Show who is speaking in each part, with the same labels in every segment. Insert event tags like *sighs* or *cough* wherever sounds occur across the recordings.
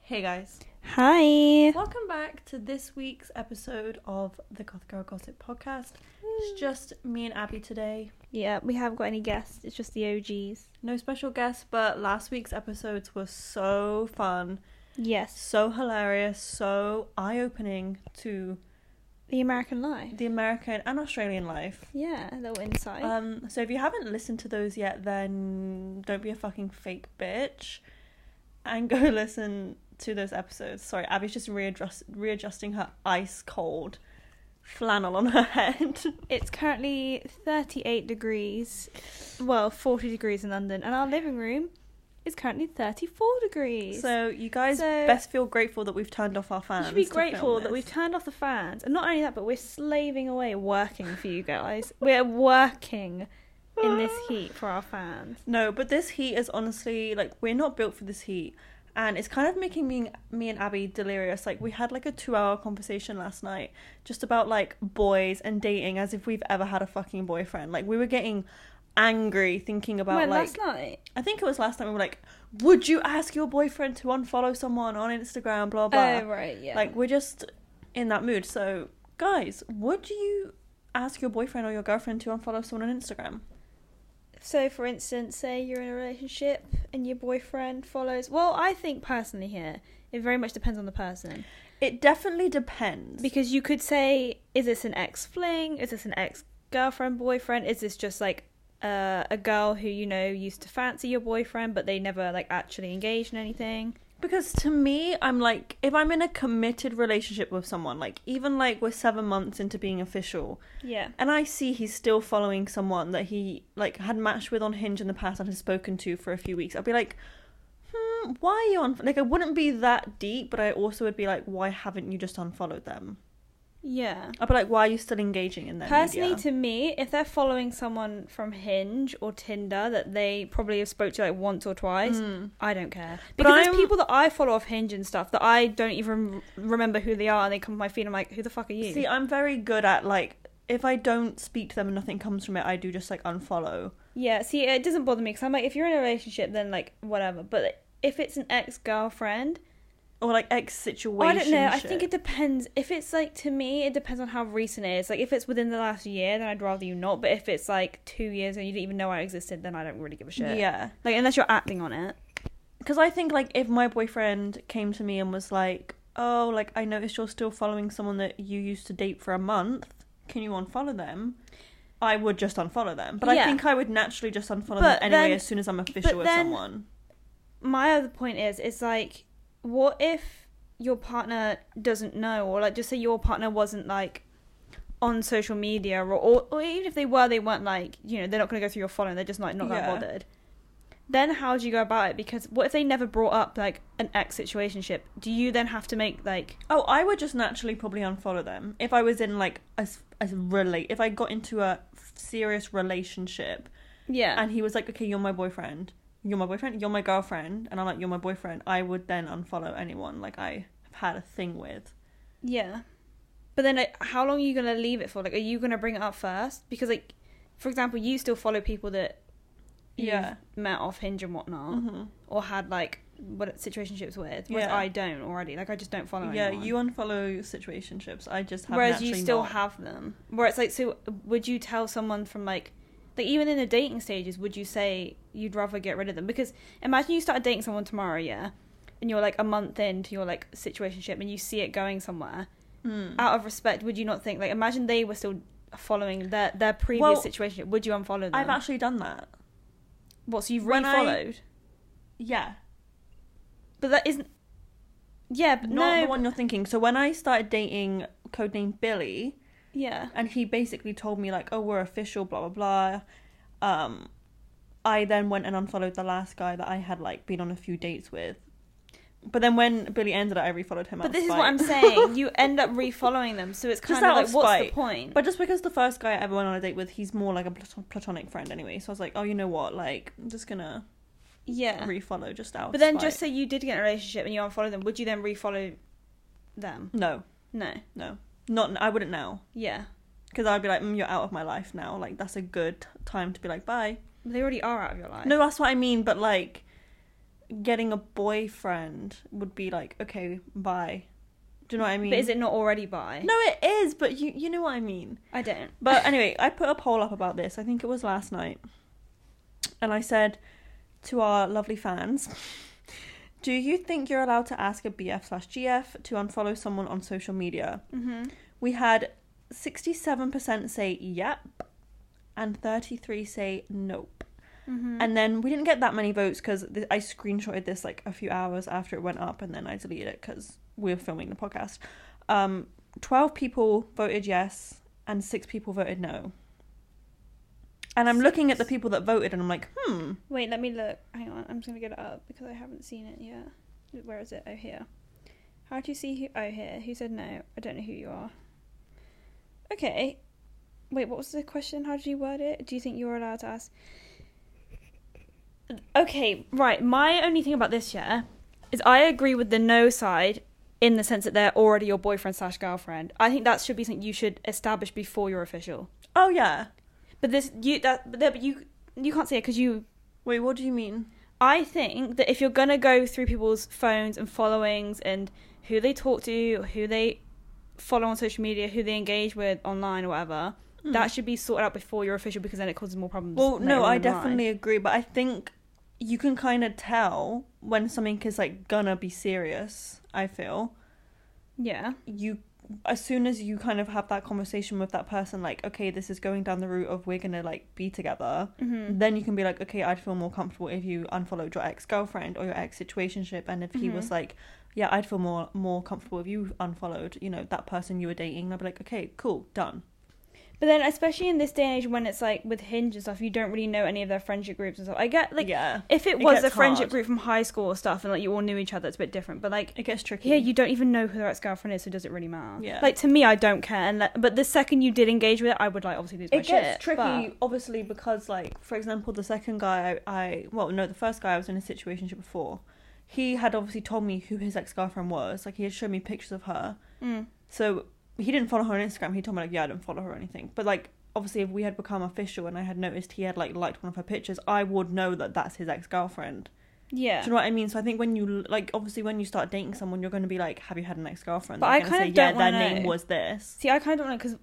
Speaker 1: Hey guys,
Speaker 2: Hi.
Speaker 1: welcome back to this week's episode of the Goth Girl Gossip podcast. It's just me and Abby today.
Speaker 2: Yeah, we haven't got any guests. It's just the OGs.
Speaker 1: No special guests, but last week's episodes were so fun,
Speaker 2: Yes.
Speaker 1: so hilarious, so eye opening to
Speaker 2: The American Life.
Speaker 1: the American and Australian life.
Speaker 2: Yeah, a little insight.
Speaker 1: Um, so if you haven't listened to those yet, then don't be a fucking fake bitch and go *laughs* listen to those episodes. Sorry, Abby's just readjust- readjusting her ice cold flannel on her *laughs* head.
Speaker 2: it's currently 38 degrees. Well, 40 degrees in London, and our living room is currently 34 degrees.
Speaker 1: so you guys
Speaker 2: So- um,
Speaker 1: best feel grateful that we've turned off our
Speaker 2: you
Speaker 1: fans.
Speaker 2: should be
Speaker 1: to film
Speaker 2: grateful that
Speaker 1: this.
Speaker 2: we've turned off the fans. And not only that, but we're slaving away working for you guys. we're working in *sighs* this heat for our fans.
Speaker 1: No, but this heat is honestly like we're not built for this heat. And it's kind of making me me and Abby delirious. Like we had like a 2-hour conversation last night just about like boys and dating as if we've ever had a fucking boyfriend. Like we were getting angry thinking about
Speaker 2: When
Speaker 1: like
Speaker 2: last night?
Speaker 1: I think it was last time we were like, "Would you ask your boyfriend to unfollow someone on Instagram, blah blah."
Speaker 2: Oh, right, yeah.
Speaker 1: Like we're just in that mood. So, guys, would you ask your boyfriend or your girlfriend to unfollow someone on Instagram?
Speaker 2: So, for instance, say you're in a relationship and your boyfriend follows. Well, I think personally here, it very much depends on the person.
Speaker 1: It definitely depends.
Speaker 2: Because you could say, is this an ex fling? Is this an ex girlfriend, boyfriend? Is this just like uh, a girl who, you know, used to fancy your boyfriend, but they never like actually engaged in anything?
Speaker 1: Because to me, I'm like, if I'm in a committed relationship with someone, like even like we're seven months into being official,
Speaker 2: Yeah.
Speaker 1: and I see he's still following someone that he like had matched with on Hinge in the past and has spoken to for a few weeks, I'd be like, hmm, why are you on? Like, I wouldn't be that deep, but I also would be like, why haven't you just unfollowed them?
Speaker 2: Yeah.
Speaker 1: I'd be like, why are you still engaging in them?
Speaker 2: Personally, to me, if they're following someone from Hinge or Tinder that they probably have spoke to like once or twice, I don't care
Speaker 1: Hmm. But
Speaker 2: because there's
Speaker 1: I'm-
Speaker 2: people that I follow off Hinge and stuff that I don't even remember who they are, and they come to my feed. I'm like, who the fuck are you?
Speaker 1: See, I'm very good at like, if I don't speak to them and nothing comes from it, I do just like unfollow.
Speaker 2: yeah, see, it doesn't bother me because I'm like, if you're in a relationship, then like whatever. But if it's an ex girlfriend,
Speaker 1: Or like ex situation.
Speaker 2: Oh, I don't know. I think it depends. If it's like to me, it depends on how recent it is. Like if it's within the last year, then I'd rather you not. But if it's like two years and you didn't even know I existed, then I don't really give a shit.
Speaker 1: Yeah.
Speaker 2: Like unless you're acting on it.
Speaker 1: because I think like if my boyfriend came to me and was like, "Oh, like I noticed you're still following someone that you used to date for a month. Can you unfollow them?" I would just unfollow them, but I
Speaker 2: Yeah.
Speaker 1: think I would naturally just unfollow them
Speaker 2: But
Speaker 1: anyway
Speaker 2: then-
Speaker 1: as soon as I'm official with
Speaker 2: then-
Speaker 1: someone.
Speaker 2: my other point is is like what if your partner doesn't know or like just say your partner wasn't like on social media or or, or even if they were they weren't like you know they're not going to go through your following they're just like not that
Speaker 1: Yeah.
Speaker 2: bothered then how do you go about it because what if they never brought up like an ex situationship do you then have to make like
Speaker 1: Oh, I would just naturally probably unfollow them if I was in like a, s- a relate if I got into a serious relationship
Speaker 2: yeah
Speaker 1: *laughs* and he was like, "Okay, you're my boyfriend." You're my boyfriend, you're my girlfriend, and I'm like, you're my boyfriend. I would then unfollow anyone like I have had a thing with.
Speaker 2: Yeah. But then, like, how long are you going to leave it for? Like, are you going to bring it up first? Because, like, for example, you still follow people that you've
Speaker 1: Yeah. Mm-hmm.
Speaker 2: met off Hinge and whatnot, or had, like, what situationships with, whereas
Speaker 1: Yeah.
Speaker 2: I don't already. Like, I just don't follow
Speaker 1: yeah,
Speaker 2: anyone.
Speaker 1: you unfollow situationships. I just have.
Speaker 2: Whereas you
Speaker 1: naturally
Speaker 2: still
Speaker 1: not.
Speaker 2: have them. Where it's like, so would you tell someone from, like, like, even in the dating stages, would you say you'd rather get rid of them? Because imagine you started dating someone tomorrow, yeah, and you're, like, a month into your, like, situationship and you see it going somewhere.
Speaker 1: Mm.
Speaker 2: out of respect, would you not think like imagine they were still following their their previous
Speaker 1: Well,
Speaker 2: situation? Would you unfollow them?
Speaker 1: I've actually done that.
Speaker 2: what? So you've
Speaker 1: when I-
Speaker 2: refollowed,
Speaker 1: Yeah,
Speaker 2: but that isn't. Yeah, but
Speaker 1: not
Speaker 2: no.
Speaker 1: the one you're thinking. So when I started dating codename Billy,
Speaker 2: Yeah,
Speaker 1: and he basically told me like, "Oh, we're official," blah blah blah. Um, I then went and unfollowed the last guy that I had like been on a few dates with. But then when Billy ended it, I refollowed him. out
Speaker 2: but
Speaker 1: of
Speaker 2: this is
Speaker 1: spite. *laughs*
Speaker 2: what I'm saying. You end up refollowing them, so it's
Speaker 1: Just
Speaker 2: kind of
Speaker 1: out
Speaker 2: like,
Speaker 1: of
Speaker 2: what's the
Speaker 1: spite.
Speaker 2: point?
Speaker 1: But just because the first guy I ever went on a date with, he's more like a platon- platonic friend anyway. So I was like, oh, you know what? Like, I'm just gonna
Speaker 2: yeah,
Speaker 1: refollow just out. of
Speaker 2: but then
Speaker 1: spite.
Speaker 2: just say you did get in a relationship and you unfollow them, would you then refollow them?
Speaker 1: no,
Speaker 2: No.
Speaker 1: no, not I wouldn't now.
Speaker 2: Yeah,
Speaker 1: because I'd be like, mm, you're out of my life now. Like that's a good time to be like, bye.
Speaker 2: they already are out of your life.
Speaker 1: No, that's what I mean. But like, getting a boyfriend would be like, okay, bye. Do you know what I mean?
Speaker 2: But is it not already by?
Speaker 1: No, it is, but you you know what I mean.
Speaker 2: I don't. *laughs*
Speaker 1: But anyway, I put a poll up about this. I think it was last night. And I said to our lovely fans, do you think you're allowed to ask a BF slash GF to unfollow someone on social media?
Speaker 2: hmm
Speaker 1: We had 67% say yep and 33 say nope.
Speaker 2: hmm
Speaker 1: And then we didn't get that many votes because th- I screenshotted this like a few hours after it went up and then I deleted it because we were filming the podcast. Um, 12 people voted yes and six people voted no. And I'm looking at the
Speaker 2: Six.
Speaker 1: people that voted and I'm like, hmm,
Speaker 2: Wait, let me look. Hang on, I'm just gonna get it up because I haven't seen it yet. Where is it? Oh here. How do you see who? Oh here. Who said no? I don't know who you are. Okay. Wait, what was the question? How did you word it? Do you think you're allowed to ask? Okay, right. My only thing about this, yeah, is I agree with the no side in the sense that they're already your boyfriend slash girlfriend. I think that should be something you should establish before you're official.
Speaker 1: oh yeah.
Speaker 2: But this, you that, but there- but you, you can't say it because you
Speaker 1: Wait, what do you mean?
Speaker 2: I think that if you're gonna go through people's phones and followings and who they talk to, who they follow on social media, who they engage with online or whatever, that should be sorted out before you're official because then it causes more problems.
Speaker 1: Hmm. Well,
Speaker 2: later
Speaker 1: no,
Speaker 2: on
Speaker 1: I
Speaker 2: in life.
Speaker 1: definitely agree, but I think you can kind of tell when something is like gonna be serious. I feel
Speaker 2: Yeah.
Speaker 1: you as soon as you kind of have that conversation with that person, like, okay, this is going down the route of we're gonna like be together.
Speaker 2: Mm-hmm.
Speaker 1: Then you can be like, okay, I'd feel more comfortable if you unfollowed your ex girlfriend or your ex situationship, and if he
Speaker 2: Mhm.
Speaker 1: was like, yeah, I'd feel more more comfortable if you unfollowed, you know, that person you were dating. I'd be like, okay, cool, done.
Speaker 2: But then, especially in this day and age when it's like with Hinge and stuff, you don't really know any of their friendship groups and stuff. I get like
Speaker 1: yeah,
Speaker 2: if it
Speaker 1: It
Speaker 2: was a
Speaker 1: gets
Speaker 2: friendship
Speaker 1: hard.
Speaker 2: group from high school or stuff, and like you all knew each other, it's a bit different. But like
Speaker 1: it gets tricky.
Speaker 2: Yeah, you don't even know who their ex girlfriend is, so does it really matter?
Speaker 1: Yeah.
Speaker 2: Like to me, I don't care. And like, but the second you did engage with it, I would like obviously lose my
Speaker 1: it gets
Speaker 2: shit,
Speaker 1: tricky obviously because like for example the second guy I, I well no the first guy i was in a situation before he had obviously told me who his ex-girlfriend was like he had shown me pictures of her
Speaker 2: but- Mm.
Speaker 1: so he didn't follow her on instagram he told me like yeah i didn't follow her or anything but like obviously if we had become official and i had noticed he had like liked one of her pictures i would know that that's his ex-girlfriend
Speaker 2: Yeah.
Speaker 1: do you know what i mean so i think when you like obviously when you start dating someone you're going to be like have you had an ex-girlfriend
Speaker 2: But
Speaker 1: They're
Speaker 2: I
Speaker 1: gonna
Speaker 2: kind
Speaker 1: say,
Speaker 2: of
Speaker 1: yeah
Speaker 2: don't
Speaker 1: their
Speaker 2: wanna
Speaker 1: name
Speaker 2: know."
Speaker 1: was this
Speaker 2: See, I kind of don't know because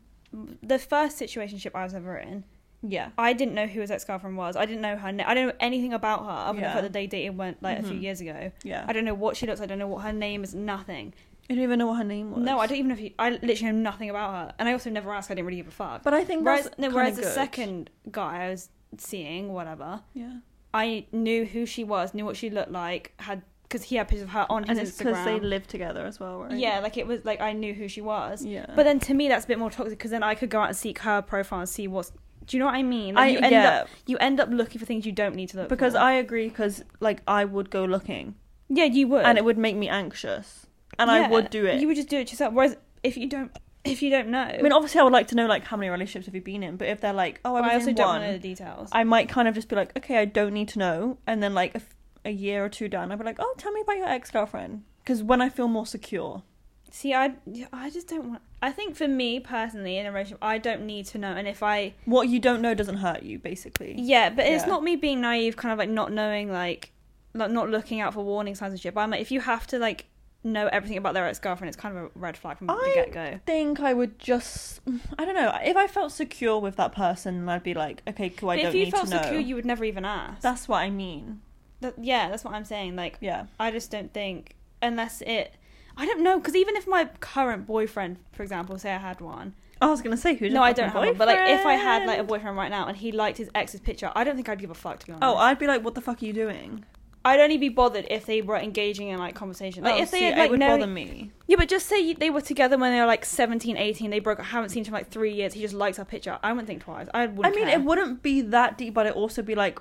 Speaker 2: the first situationship I was ever in,
Speaker 1: yeah
Speaker 2: I didn't know who his ex girlfriend was. I didn't know her. Na- I don't know anything about her other than the
Speaker 1: Yeah.
Speaker 2: fact that they dated went like a few
Speaker 1: Mhm.
Speaker 2: years ago.
Speaker 1: yeah
Speaker 2: I don't know what she looks. I don't know what her name is. Nothing.
Speaker 1: i don't even know what her name was
Speaker 2: No, I don't even know. If you, I literally know nothing about her, and I also never asked. I didn't really give a fuck.
Speaker 1: But I think
Speaker 2: whereas,
Speaker 1: that's
Speaker 2: no,
Speaker 1: kinda
Speaker 2: whereas the
Speaker 1: good.
Speaker 2: second guy I was seeing, whatever,
Speaker 1: yeah,
Speaker 2: I knew who she was, knew what she looked like, had because he had pictures of her on his
Speaker 1: and it's because they
Speaker 2: Instagram.
Speaker 1: live together as well, right?
Speaker 2: yeah, like it was like I knew who she was.
Speaker 1: yeah.
Speaker 2: But then to me, that's a bit more toxic because then I could go out and seek her profile and see what's. Do you know what I mean? Like,
Speaker 1: I
Speaker 2: you end
Speaker 1: yeah,
Speaker 2: up you end up looking for things you don't need to look
Speaker 1: because
Speaker 2: for.
Speaker 1: I agree because like I would go looking
Speaker 2: yeah you would
Speaker 1: and it would make me anxious and I
Speaker 2: Yeah,
Speaker 1: would do it.
Speaker 2: You would just do it yourself. Whereas if you don't if you don't know,
Speaker 1: I mean, obviously, I would like to know like how many relationships have you been in, but if they're like, oh, I
Speaker 2: But
Speaker 1: was
Speaker 2: I also
Speaker 1: in
Speaker 2: don't
Speaker 1: one,
Speaker 2: know the details.
Speaker 1: I might kind of just be like, okay, I don't need to know, and then like a, f- a year or two down, I'd be like, oh, tell me about your ex girlfriend, because when I feel more secure,
Speaker 2: See, I I just don't want. I think for me personally, in a relationship, I don't need to know. And if I
Speaker 1: what you don't know doesn't hurt you, basically.
Speaker 2: Yeah, but it's
Speaker 1: Yeah.
Speaker 2: not me being naive, kind of like not knowing, like, like not looking out for warning signs and shit. But I'm like, if you have to like know everything about their ex girlfriend, it's kind of a red flag from the
Speaker 1: I-
Speaker 2: get go.
Speaker 1: think I would just I don't know if I felt secure with that person I'd be like okay cool I
Speaker 2: But
Speaker 1: don't
Speaker 2: if you
Speaker 1: need
Speaker 2: felt
Speaker 1: to know
Speaker 2: secure, you would never even ask.
Speaker 1: that's what I mean
Speaker 2: That- yeah, that's what I'm saying. Like,
Speaker 1: yeah
Speaker 2: I just don't think unless it. I don't know because even if my current boyfriend, for example, say I had one,
Speaker 1: I was gonna say who's
Speaker 2: no, I don't have one. But like, if I had like a boyfriend right now and he liked his ex's picture, I don't think I'd give a fuck to be honest.
Speaker 1: oh I'd be like what the fuck are you doing
Speaker 2: I'd only be bothered if they were engaging in like conversation. Like,
Speaker 1: oh,
Speaker 2: if they
Speaker 1: see,
Speaker 2: had
Speaker 1: it
Speaker 2: like
Speaker 1: would
Speaker 2: known
Speaker 1: bother me
Speaker 2: Yeah, but just say you, they were together when they were like 17, 18, they broke up, haven't seen each other in like three years, he just likes her picture. I wouldn't think twice. I
Speaker 1: I
Speaker 2: wouldn't
Speaker 1: mean
Speaker 2: care.
Speaker 1: it wouldn't be that deep but it'd also be like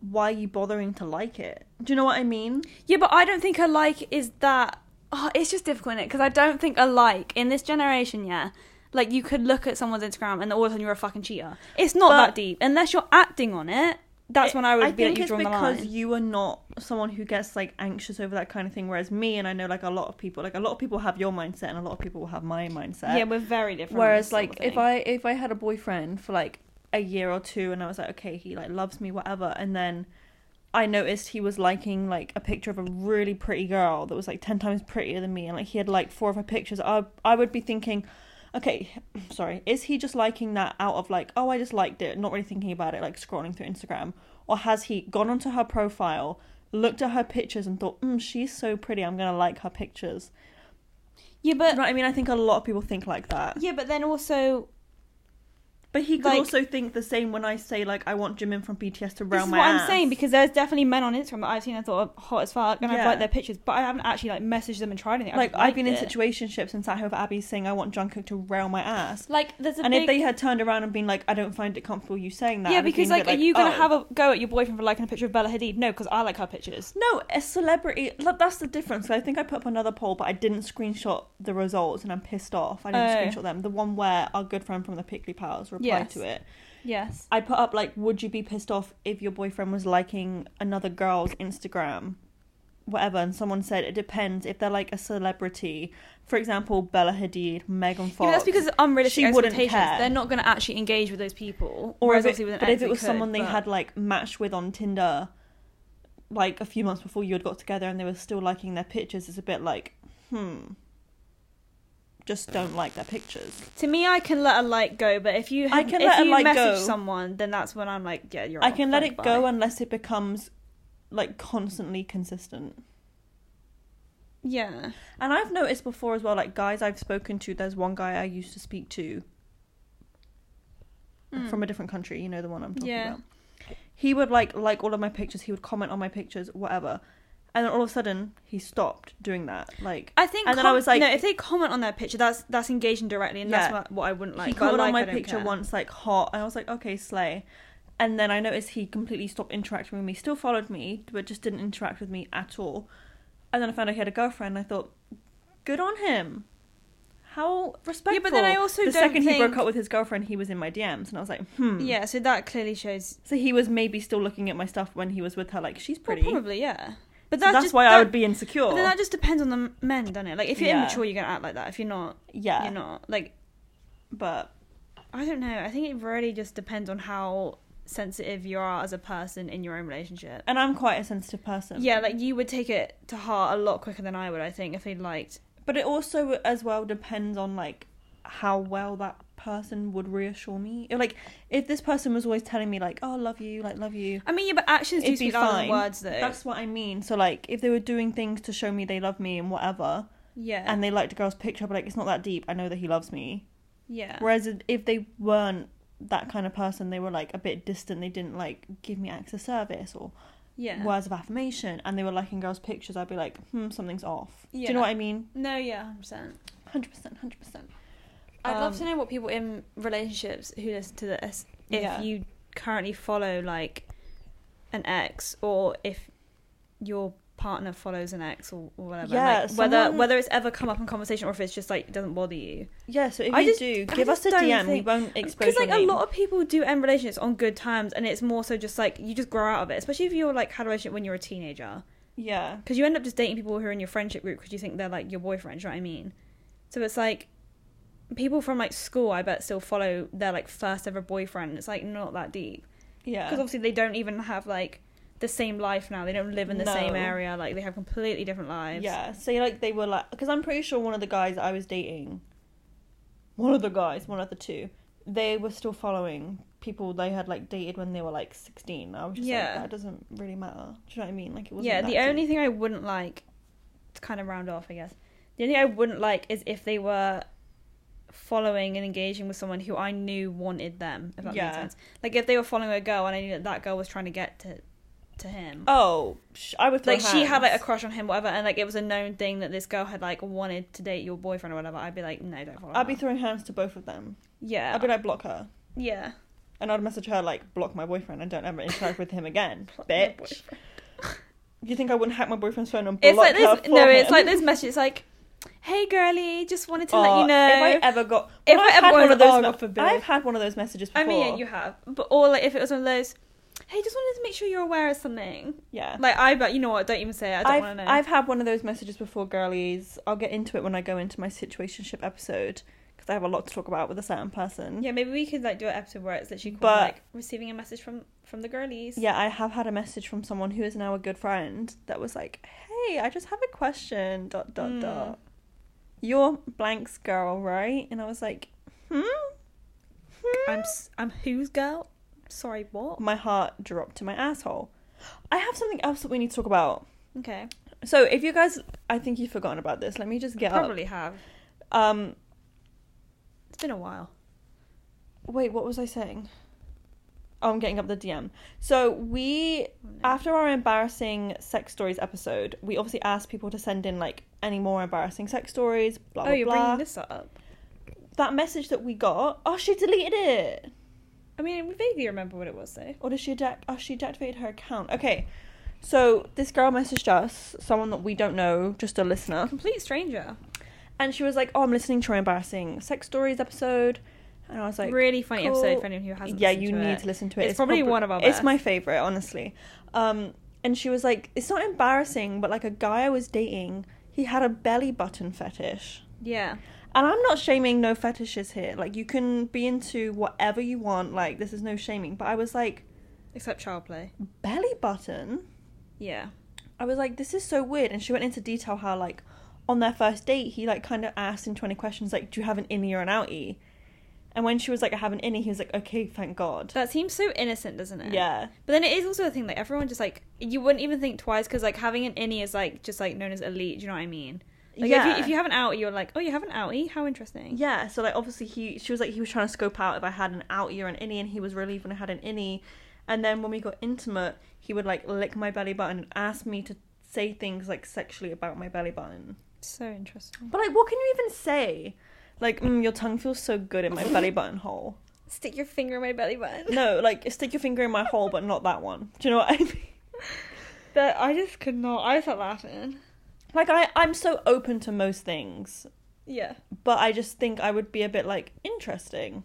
Speaker 1: why are you bothering to like it do you know what I mean
Speaker 2: Yeah, but I don't think a like is that. Oh, it's just difficult, innit? Because I don't think a like in this generation, yeah. Like you could look at someone's Instagram and all of a sudden you're a fucking cheater. It's not
Speaker 1: But-
Speaker 2: that deep. Unless you're acting on it, that's
Speaker 1: It-
Speaker 2: when I would
Speaker 1: I
Speaker 2: be like,
Speaker 1: think
Speaker 2: you've
Speaker 1: it's
Speaker 2: drawn the
Speaker 1: because
Speaker 2: line.
Speaker 1: you are not someone who gets like anxious over that kind of thing whereas me and I know like a lot of people like a lot of people have your mindset and a lot of people will have my mindset
Speaker 2: Yeah, we're very different. on
Speaker 1: Whereas
Speaker 2: this sort of
Speaker 1: like if
Speaker 2: thing.
Speaker 1: I if I had a boyfriend for like a year or two and I was like, okay, he like loves me, whatever, and then I noticed he was liking like a picture of a really pretty girl that was like 10 times prettier than me and like he had like four of her pictures I I would be thinking okay *clears throat* sorry is he just liking that out of like oh I just liked it not really thinking about it like scrolling through Instagram or has he gone onto her profile looked at her pictures and thought mm she's so pretty I'm going to like her pictures
Speaker 2: Yeah,
Speaker 1: you
Speaker 2: but
Speaker 1: know what I mean I think a lot of people think like that
Speaker 2: yeah, but then also
Speaker 1: but he could
Speaker 2: Like-
Speaker 1: also think the same when I say like I want Jimin from BTS to
Speaker 2: this
Speaker 1: round
Speaker 2: is
Speaker 1: my
Speaker 2: what I'm
Speaker 1: ass.
Speaker 2: saying because there's definitely men on Instagram that I've seen I thought are hot as fuck and I've
Speaker 1: Yeah.
Speaker 2: liked their pictures, but I haven't actually like messaged them and tried anything.
Speaker 1: like
Speaker 2: just
Speaker 1: I've been in
Speaker 2: liked it.
Speaker 1: situationships and sat here with Abby saying I want Jungkook to rail my ass.
Speaker 2: Like there's a
Speaker 1: and
Speaker 2: big...
Speaker 1: if they had turned around and been like, I don't find it comfortable you saying that. I'd
Speaker 2: yeah,
Speaker 1: have
Speaker 2: because
Speaker 1: been a
Speaker 2: like,
Speaker 1: bit
Speaker 2: are you gonna
Speaker 1: oh.
Speaker 2: have a go at your boyfriend for liking a picture of Bella Hadid? No, because I like her pictures.
Speaker 1: no a celebrity? Look, that's the difference. I think I put up another poll, but I didn't screenshot the results, and I'm pissed off. I didn't
Speaker 2: Oh.
Speaker 1: screenshot them. The one where our good friend from the Pickley Pals replied
Speaker 2: Yes.
Speaker 1: to it.
Speaker 2: Yes.
Speaker 1: I put up like, would you be pissed off if your boyfriend was liking another girl's Instagram, whatever? And someone said it depends if they're like a celebrity, for example, Bella Hadid, Megan Fox.
Speaker 2: Yeah, but that's because of unrealistic
Speaker 1: She wouldn't
Speaker 2: expectations.
Speaker 1: care.
Speaker 2: They're not going to actually engage with those people.
Speaker 1: or
Speaker 2: whereas
Speaker 1: if
Speaker 2: obviously with
Speaker 1: it,
Speaker 2: an
Speaker 1: but
Speaker 2: ex
Speaker 1: if it
Speaker 2: they
Speaker 1: was
Speaker 2: could,
Speaker 1: someone they
Speaker 2: but-
Speaker 1: had like matched with on Tinder, like a few months before you had got together and they were still liking their pictures, it's a bit like, hmm, just don't like their pictures.
Speaker 2: To me, I can let a like go, but if you
Speaker 1: I
Speaker 2: have,
Speaker 1: can
Speaker 2: if
Speaker 1: let a
Speaker 2: you
Speaker 1: like go.
Speaker 2: message someone, then that's when I'm like, yeah, you're.
Speaker 1: I
Speaker 2: off,
Speaker 1: can let
Speaker 2: like,
Speaker 1: it go
Speaker 2: bye.
Speaker 1: unless it becomes like constantly consistent.
Speaker 2: yeah,
Speaker 1: And I've noticed before as well, like guys I've spoken to, there's one guy I used to speak to
Speaker 2: Mm.
Speaker 1: from a different country, you know the one I'm talking
Speaker 2: Yeah.
Speaker 1: about. He would like like all of my pictures, he would comment on my pictures, whatever. And then all of a sudden he stopped doing that. Like
Speaker 2: I think.
Speaker 1: And then I was like-
Speaker 2: no, if they comment on their picture, that's that's engaging directly, and that's
Speaker 1: Yeah.
Speaker 2: what, what I wouldn't like.
Speaker 1: he
Speaker 2: but I
Speaker 1: commented on
Speaker 2: like,
Speaker 1: my
Speaker 2: I don't
Speaker 1: picture
Speaker 2: care.
Speaker 1: once like hot and I was like, Okay, slay. And then I noticed he completely stopped interacting with me, still followed me, but just didn't interact with me at all. And then I found out he had a girlfriend and I thought, Good on him. How respectful.
Speaker 2: Yeah, but then I also
Speaker 1: the
Speaker 2: don't
Speaker 1: second
Speaker 2: think.
Speaker 1: he broke up with his girlfriend, he was in my DMs, and I was like, hmm.
Speaker 2: yeah, so that clearly shows.
Speaker 1: So he was maybe still looking at my stuff when he was with her, like she's
Speaker 2: Well,
Speaker 1: pretty.
Speaker 2: probably, yeah. But
Speaker 1: So that's
Speaker 2: just,
Speaker 1: why
Speaker 2: that-
Speaker 1: I would be insecure.
Speaker 2: But then that just depends on the m- men, doesn't it? Like if you're
Speaker 1: Yeah.
Speaker 2: immature, you're gonna act like that. If you're not,
Speaker 1: yeah,
Speaker 2: you're not. Like
Speaker 1: but
Speaker 2: I don't know. I think it really just depends on how sensitive you are as a person in your own relationship.
Speaker 1: and I'm quite a sensitive person.
Speaker 2: Yeah, like you would take it to heart a lot quicker than I would. I think if they liked.
Speaker 1: but it also as well depends on like how well that person would reassure me. If, Like if this person was always telling me like, "Oh, love you," like love you.
Speaker 2: I mean, yeah, but actions do
Speaker 1: It'd be
Speaker 2: speak louder than
Speaker 1: fine.
Speaker 2: words, though.
Speaker 1: That's what I mean. So like if they were doing things to show me they love me and whatever,
Speaker 2: yeah,
Speaker 1: and they liked a girl's picture, but like it's not that deep. I know that he loves me.
Speaker 2: yeah,
Speaker 1: Whereas if- if they weren't that kind of person, they were like a bit distant. They didn't like give me acts of service or
Speaker 2: yeah.
Speaker 1: words of affirmation, and they were liking girls' pictures. I'd be like, hmm, something's off. Do you
Speaker 2: Yeah.
Speaker 1: know what I mean?
Speaker 2: No, yeah, hundred percent.
Speaker 1: Hundred percent, hundred percent.
Speaker 2: I'd love
Speaker 1: Um,
Speaker 2: to know what people in relationships who listen to this, if
Speaker 1: Yeah.
Speaker 2: you currently follow like an ex, or if your partner follows an ex, or, or whatever.
Speaker 1: Yeah,
Speaker 2: like, whether
Speaker 1: someone-
Speaker 2: whether it's ever come up in conversation, or if it's just like it doesn't bother you.
Speaker 1: Yeah. So if
Speaker 2: I
Speaker 1: you
Speaker 2: just-
Speaker 1: do,
Speaker 2: I
Speaker 1: give us
Speaker 2: just
Speaker 1: a
Speaker 2: don't
Speaker 1: DM. We
Speaker 2: think-
Speaker 1: won't expose
Speaker 2: Because like
Speaker 1: your
Speaker 2: a
Speaker 1: name.
Speaker 2: lot of people do end relationships on good times, and it's more so just like you just grow out of it, especially if you're like had a relationship when you're a teenager.
Speaker 1: Yeah.
Speaker 2: Because you end up just dating people who are in your friendship group because you think they're like your boyfriend. Do you know what I mean? So it's like people from like school, I bet, still follow their like first ever boyfriend. It's like not that deep
Speaker 1: Yeah.
Speaker 2: because obviously they don't even have like the same life now. They don't live in the same
Speaker 1: No.
Speaker 2: area. Like they have completely different lives.
Speaker 1: Yeah. So like they were like, because I'm pretty sure one of the guys I was dating, one of the guys, one of the two, they were still following people they had like dated when they were like 16. I was just
Speaker 2: Yeah.
Speaker 1: like, that doesn't really matter. Do you know what I mean? Like it wasn't.
Speaker 2: yeah.
Speaker 1: that
Speaker 2: The
Speaker 1: deep.
Speaker 2: only thing I wouldn't like to kind of round off, I guess. The only thing I wouldn't like is if they were following and engaging with someone who I knew wanted them. If that
Speaker 1: Yeah.
Speaker 2: makes sense. Like if they were following a girl and I knew that that girl was trying to get to to him.
Speaker 1: Oh, sh- I would throw
Speaker 2: like she had like a
Speaker 1: hands.
Speaker 2: crush on him, whatever, and like it was a known thing that this girl had like wanted to date your boyfriend or whatever. I'd be like, no, don't follow.
Speaker 1: I'd be
Speaker 2: her."
Speaker 1: throwing hands to both of them.
Speaker 2: yeah,
Speaker 1: I'd be like, block her,
Speaker 2: yeah,
Speaker 1: and I'd message her like, block my boyfriend and don't ever interact with him
Speaker 2: *laughs*
Speaker 1: again,
Speaker 2: my
Speaker 1: bitch. You think I wouldn't hack my boyfriend's phone and block
Speaker 2: It's like
Speaker 1: her *laughs*
Speaker 2: this.
Speaker 1: for
Speaker 2: No, it's
Speaker 1: him?
Speaker 2: like this message. It's like, hey, girly, just wanted to
Speaker 1: Oh,
Speaker 2: let you know.
Speaker 1: If I ever got,
Speaker 2: If
Speaker 1: well, I've
Speaker 2: I
Speaker 1: had
Speaker 2: ever got
Speaker 1: one
Speaker 2: one
Speaker 1: of those,
Speaker 2: of
Speaker 1: me-
Speaker 2: those, God forbid.
Speaker 1: I've had one of those messages before.
Speaker 2: I mean, yeah, you have, but or like if it was one of those, hey, just wanted to make sure you're aware of something.
Speaker 1: yeah.
Speaker 2: Like I, but you know what? Don't even say it. I don't
Speaker 1: I've,
Speaker 2: want to know.
Speaker 1: I've had one of those messages before, girlies. I'll get into it when I go into my situationship episode because I have a lot to talk about with a certain person.
Speaker 2: Yeah, maybe we could like do an episode where it's literally called
Speaker 1: But-
Speaker 2: like receiving a message from from the girlies.
Speaker 1: Yeah, I have had a message from someone who is now a good friend that was like, "Hey, I just have a question." Dot dot
Speaker 2: Mm.
Speaker 1: dot. You're blank's girl, right? And I was like, "Hmm." Hmm?"
Speaker 2: I'm s- I'm whose girl? Sorry, what?
Speaker 1: My heart dropped to my asshole. I have something else that we need to talk about.
Speaker 2: Okay,
Speaker 1: So if you guys, I think you've forgotten about this. Let me just get up.
Speaker 2: probably have.
Speaker 1: Um,
Speaker 2: It's been a while.
Speaker 1: wait, what was I saying? Oh, I'm getting up the DM. So we
Speaker 2: Oh, no.
Speaker 1: After our embarrassing sex stories episode, we obviously asked people to send in like any more embarrassing sex stories. Blah
Speaker 2: oh,
Speaker 1: blah
Speaker 2: you're
Speaker 1: blah.
Speaker 2: bringing this up.
Speaker 1: That message that we got. Oh, she deleted it.
Speaker 2: I mean, we vaguely remember what it was though.
Speaker 1: Or did she deac- Oh, she deactivated her account. Okay, so this girl messaged us, someone that we don't know, just a listener,
Speaker 2: Complete stranger.
Speaker 1: and she was like, "Oh, I'm listening to your embarrassing sex stories episode," and I was like,
Speaker 2: really funny
Speaker 1: cool.
Speaker 2: episode for anyone who hasn't.
Speaker 1: yeah,
Speaker 2: listened
Speaker 1: you
Speaker 2: to
Speaker 1: need
Speaker 2: it.
Speaker 1: to listen to it.
Speaker 2: It's probably
Speaker 1: prob-
Speaker 2: one of our
Speaker 1: It's
Speaker 2: best.
Speaker 1: my favorite, honestly. Um, and she was like, "It's not embarrassing, but like a guy I was dating, he had a belly button fetish."
Speaker 2: Yeah,
Speaker 1: And I'm not shaming no fetishes here. Like you can be into whatever you want. Like this is no shaming. But I was like,
Speaker 2: except child play.
Speaker 1: belly button.
Speaker 2: Yeah.
Speaker 1: I was like, this is so weird. And she went into detail how like on their first date, he like kind of asked in 20 questions like, do you have an innie or an outie? And when she was like, I have an innie, he was like, okay, thank God.
Speaker 2: That seems so innocent, doesn't it?
Speaker 1: Yeah.
Speaker 2: But then it is also a thing like everyone just like you wouldn't even think twice because like having an innie is like just like known as elite. Do you know what I mean? Like if, you, if you have an outie, you're like, oh, you have an outie? How interesting.
Speaker 1: Yeah, so like obviously he she was like he was trying to scope out if I had an outie or an innie, and he was relieved when I had an innie. And then when we got intimate, he would like lick my belly button and ask me to say things like sexually about my belly button.
Speaker 2: So interesting.
Speaker 1: But like, what can you even say? Like, mm, your tongue feels so good in my *laughs* belly button hole.
Speaker 2: Stick your finger in my belly button.
Speaker 1: No, like stick your finger in my hole, but not that one. Do you know what I *laughs* mean?
Speaker 2: But I just could not. I started laughing.
Speaker 1: Like, I I'm so open to most things,
Speaker 2: Yeah.
Speaker 1: but I just think I would be a bit like interesting.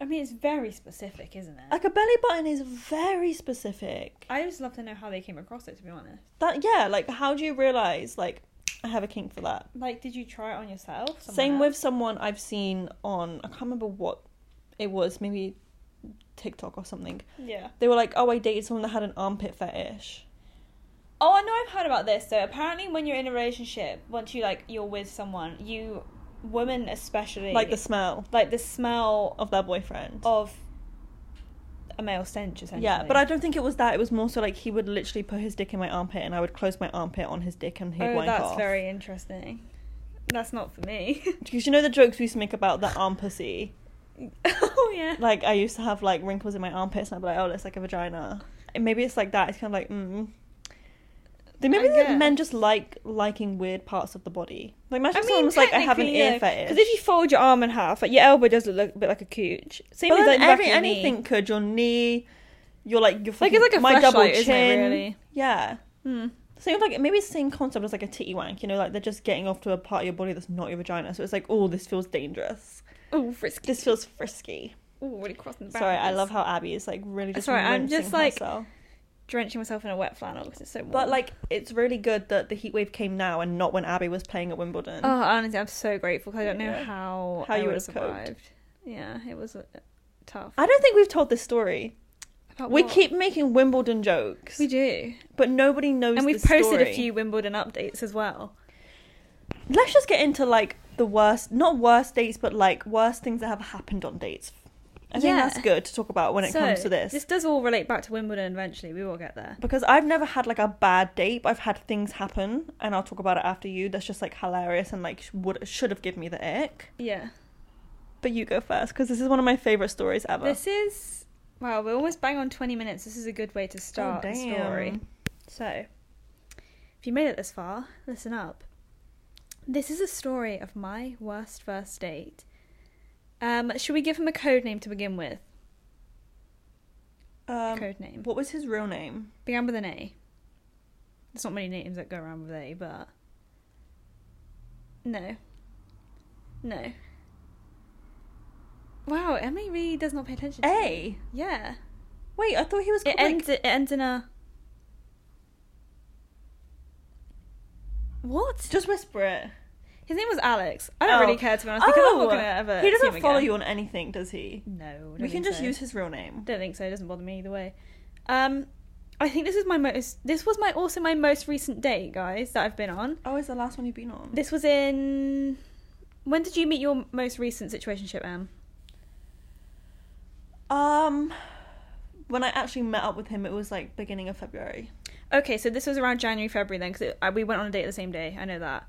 Speaker 2: I mean, it's very specific, isn't it?
Speaker 1: Like a belly button is very specific.
Speaker 2: I just love to know how they came across it, to be honest.
Speaker 1: That yeah, like how do you realize like I have a kink for that?
Speaker 2: Like, did you try it on yourself?
Speaker 1: Same with someone I've seen on I can't remember what it was, maybe TikTok or something.
Speaker 2: Yeah.
Speaker 1: They were like, "Oh, I dated someone that had an armpit fetish."
Speaker 2: Oh, I know I've heard about this. So apparently, when you're in a relationship, once you like you're with someone, you women especially
Speaker 1: Like the smell
Speaker 2: like the smell
Speaker 1: of their boyfriend.
Speaker 2: of a male stench essentially.
Speaker 1: yeah, but I don't think it was that. It was more so like he would literally put his dick in my armpit and I would close my armpit on his dick and he'd
Speaker 2: oh,
Speaker 1: wank
Speaker 2: that's
Speaker 1: off.
Speaker 2: very interesting. That's not for me.
Speaker 1: *laughs*
Speaker 2: *laughs*
Speaker 1: Because you know the jokes we used to make about the arm pussy? *laughs*
Speaker 2: oh yeah.
Speaker 1: Like I used to have like wrinkles in my armpits, and I'd be like, "Oh, that's like a vagina." And maybe it's like that. It's kind of like, mm. Then maybe
Speaker 2: I
Speaker 1: that men
Speaker 2: guess.
Speaker 1: just like liking weird parts of the body. Like imagine
Speaker 2: I
Speaker 1: if
Speaker 2: mean,
Speaker 1: someone was like, "I have an ear fetish."
Speaker 2: Because if you fold your arm in half, like your elbow does look a bit like a cooch. Same
Speaker 1: but
Speaker 2: as
Speaker 1: then
Speaker 2: like
Speaker 1: every,
Speaker 2: the back of your knee.
Speaker 1: anything could your knee, your like your
Speaker 2: Like
Speaker 1: fucking,
Speaker 2: it's like a
Speaker 1: my double
Speaker 2: fleshlight,
Speaker 1: chin.
Speaker 2: isn't it, really?
Speaker 1: Yeah.
Speaker 2: Hmm.
Speaker 1: Same with like maybe it's the same concept as like a titty wank. You know, like they're just getting off to a part of your body that's not your vagina. So it's like, oh, this feels dangerous.
Speaker 2: Oh, frisky.
Speaker 1: This feels frisky.
Speaker 2: Oh, really crossing the
Speaker 1: Sorry, I
Speaker 2: boundaries.
Speaker 1: love how Abby is like really just.
Speaker 2: Sorry, I'm
Speaker 1: rinsing
Speaker 2: just, like,
Speaker 1: herself.
Speaker 2: drenching myself in a wet flannel because it's so warm.
Speaker 1: But like, it's really good that the heat wave came now and not when Abby was playing at Wimbledon.
Speaker 2: oh, honestly, I'm so grateful 'cause I don't know
Speaker 1: Yeah.
Speaker 2: how
Speaker 1: How
Speaker 2: I
Speaker 1: you
Speaker 2: would
Speaker 1: would
Speaker 2: have
Speaker 1: have coped.
Speaker 2: survived. Yeah, it was uh, tough.
Speaker 1: I don't think we've told this story.
Speaker 2: About
Speaker 1: We
Speaker 2: what?
Speaker 1: keep making Wimbledon jokes,
Speaker 2: we do,
Speaker 1: but nobody knows.
Speaker 2: and we've
Speaker 1: this
Speaker 2: posted
Speaker 1: story.
Speaker 2: a few Wimbledon updates as well.
Speaker 1: Let's just get into like the worst, not worst dates, but like worst things that have happened on dates. I think
Speaker 2: Yeah.
Speaker 1: that's good to talk about when it
Speaker 2: So,
Speaker 1: comes to this.
Speaker 2: this does all relate back to Wimbledon. Eventually, we will get there.
Speaker 1: Because I've never had like a bad date, but I've had things happen, and I'll talk about it after you. That's just like hilarious and like sh- would should have given me the ick.
Speaker 2: Yeah,
Speaker 1: But you go first because this is one of my favorite stories ever.
Speaker 2: this is wow. We're almost bang on 20 minutes. This is a good way to
Speaker 1: Oh,
Speaker 2: start the story. So, if you made it this far, listen up. This is a story of my worst first date. Um, should we give him a code name to begin with?
Speaker 1: Um,
Speaker 2: code name.
Speaker 1: What was his real name?
Speaker 2: Began with an A. There's not many names that go around with A, but no, no. Wow, Emily really does not pay attention. to me.
Speaker 1: A.
Speaker 2: Yeah.
Speaker 1: Wait, I thought he was
Speaker 2: It
Speaker 1: called like-
Speaker 2: ends. It ends in a. What?
Speaker 1: Just whisper it.
Speaker 2: His name was Alex. I don't really
Speaker 1: Oh.
Speaker 2: care to be honest because I'm
Speaker 1: Oh,
Speaker 2: not gonna ever.
Speaker 1: he
Speaker 2: see
Speaker 1: doesn't
Speaker 2: him
Speaker 1: follow
Speaker 2: again.
Speaker 1: you on anything, does he?
Speaker 2: No, don't
Speaker 1: We can
Speaker 2: think
Speaker 1: just
Speaker 2: so.
Speaker 1: use his real name.
Speaker 2: Don't think so. It doesn't bother me either way. Um, I think this is my most. This was my also my most recent date, guys, that I've been on.
Speaker 1: Oh, is the last one you've been on?
Speaker 2: This was in. When did you meet your most recent situationship, Em?
Speaker 1: Um, when I actually met up with him, it was like beginning of February.
Speaker 2: Okay, so this was around January, February then, because we went on a date the same day. I know that.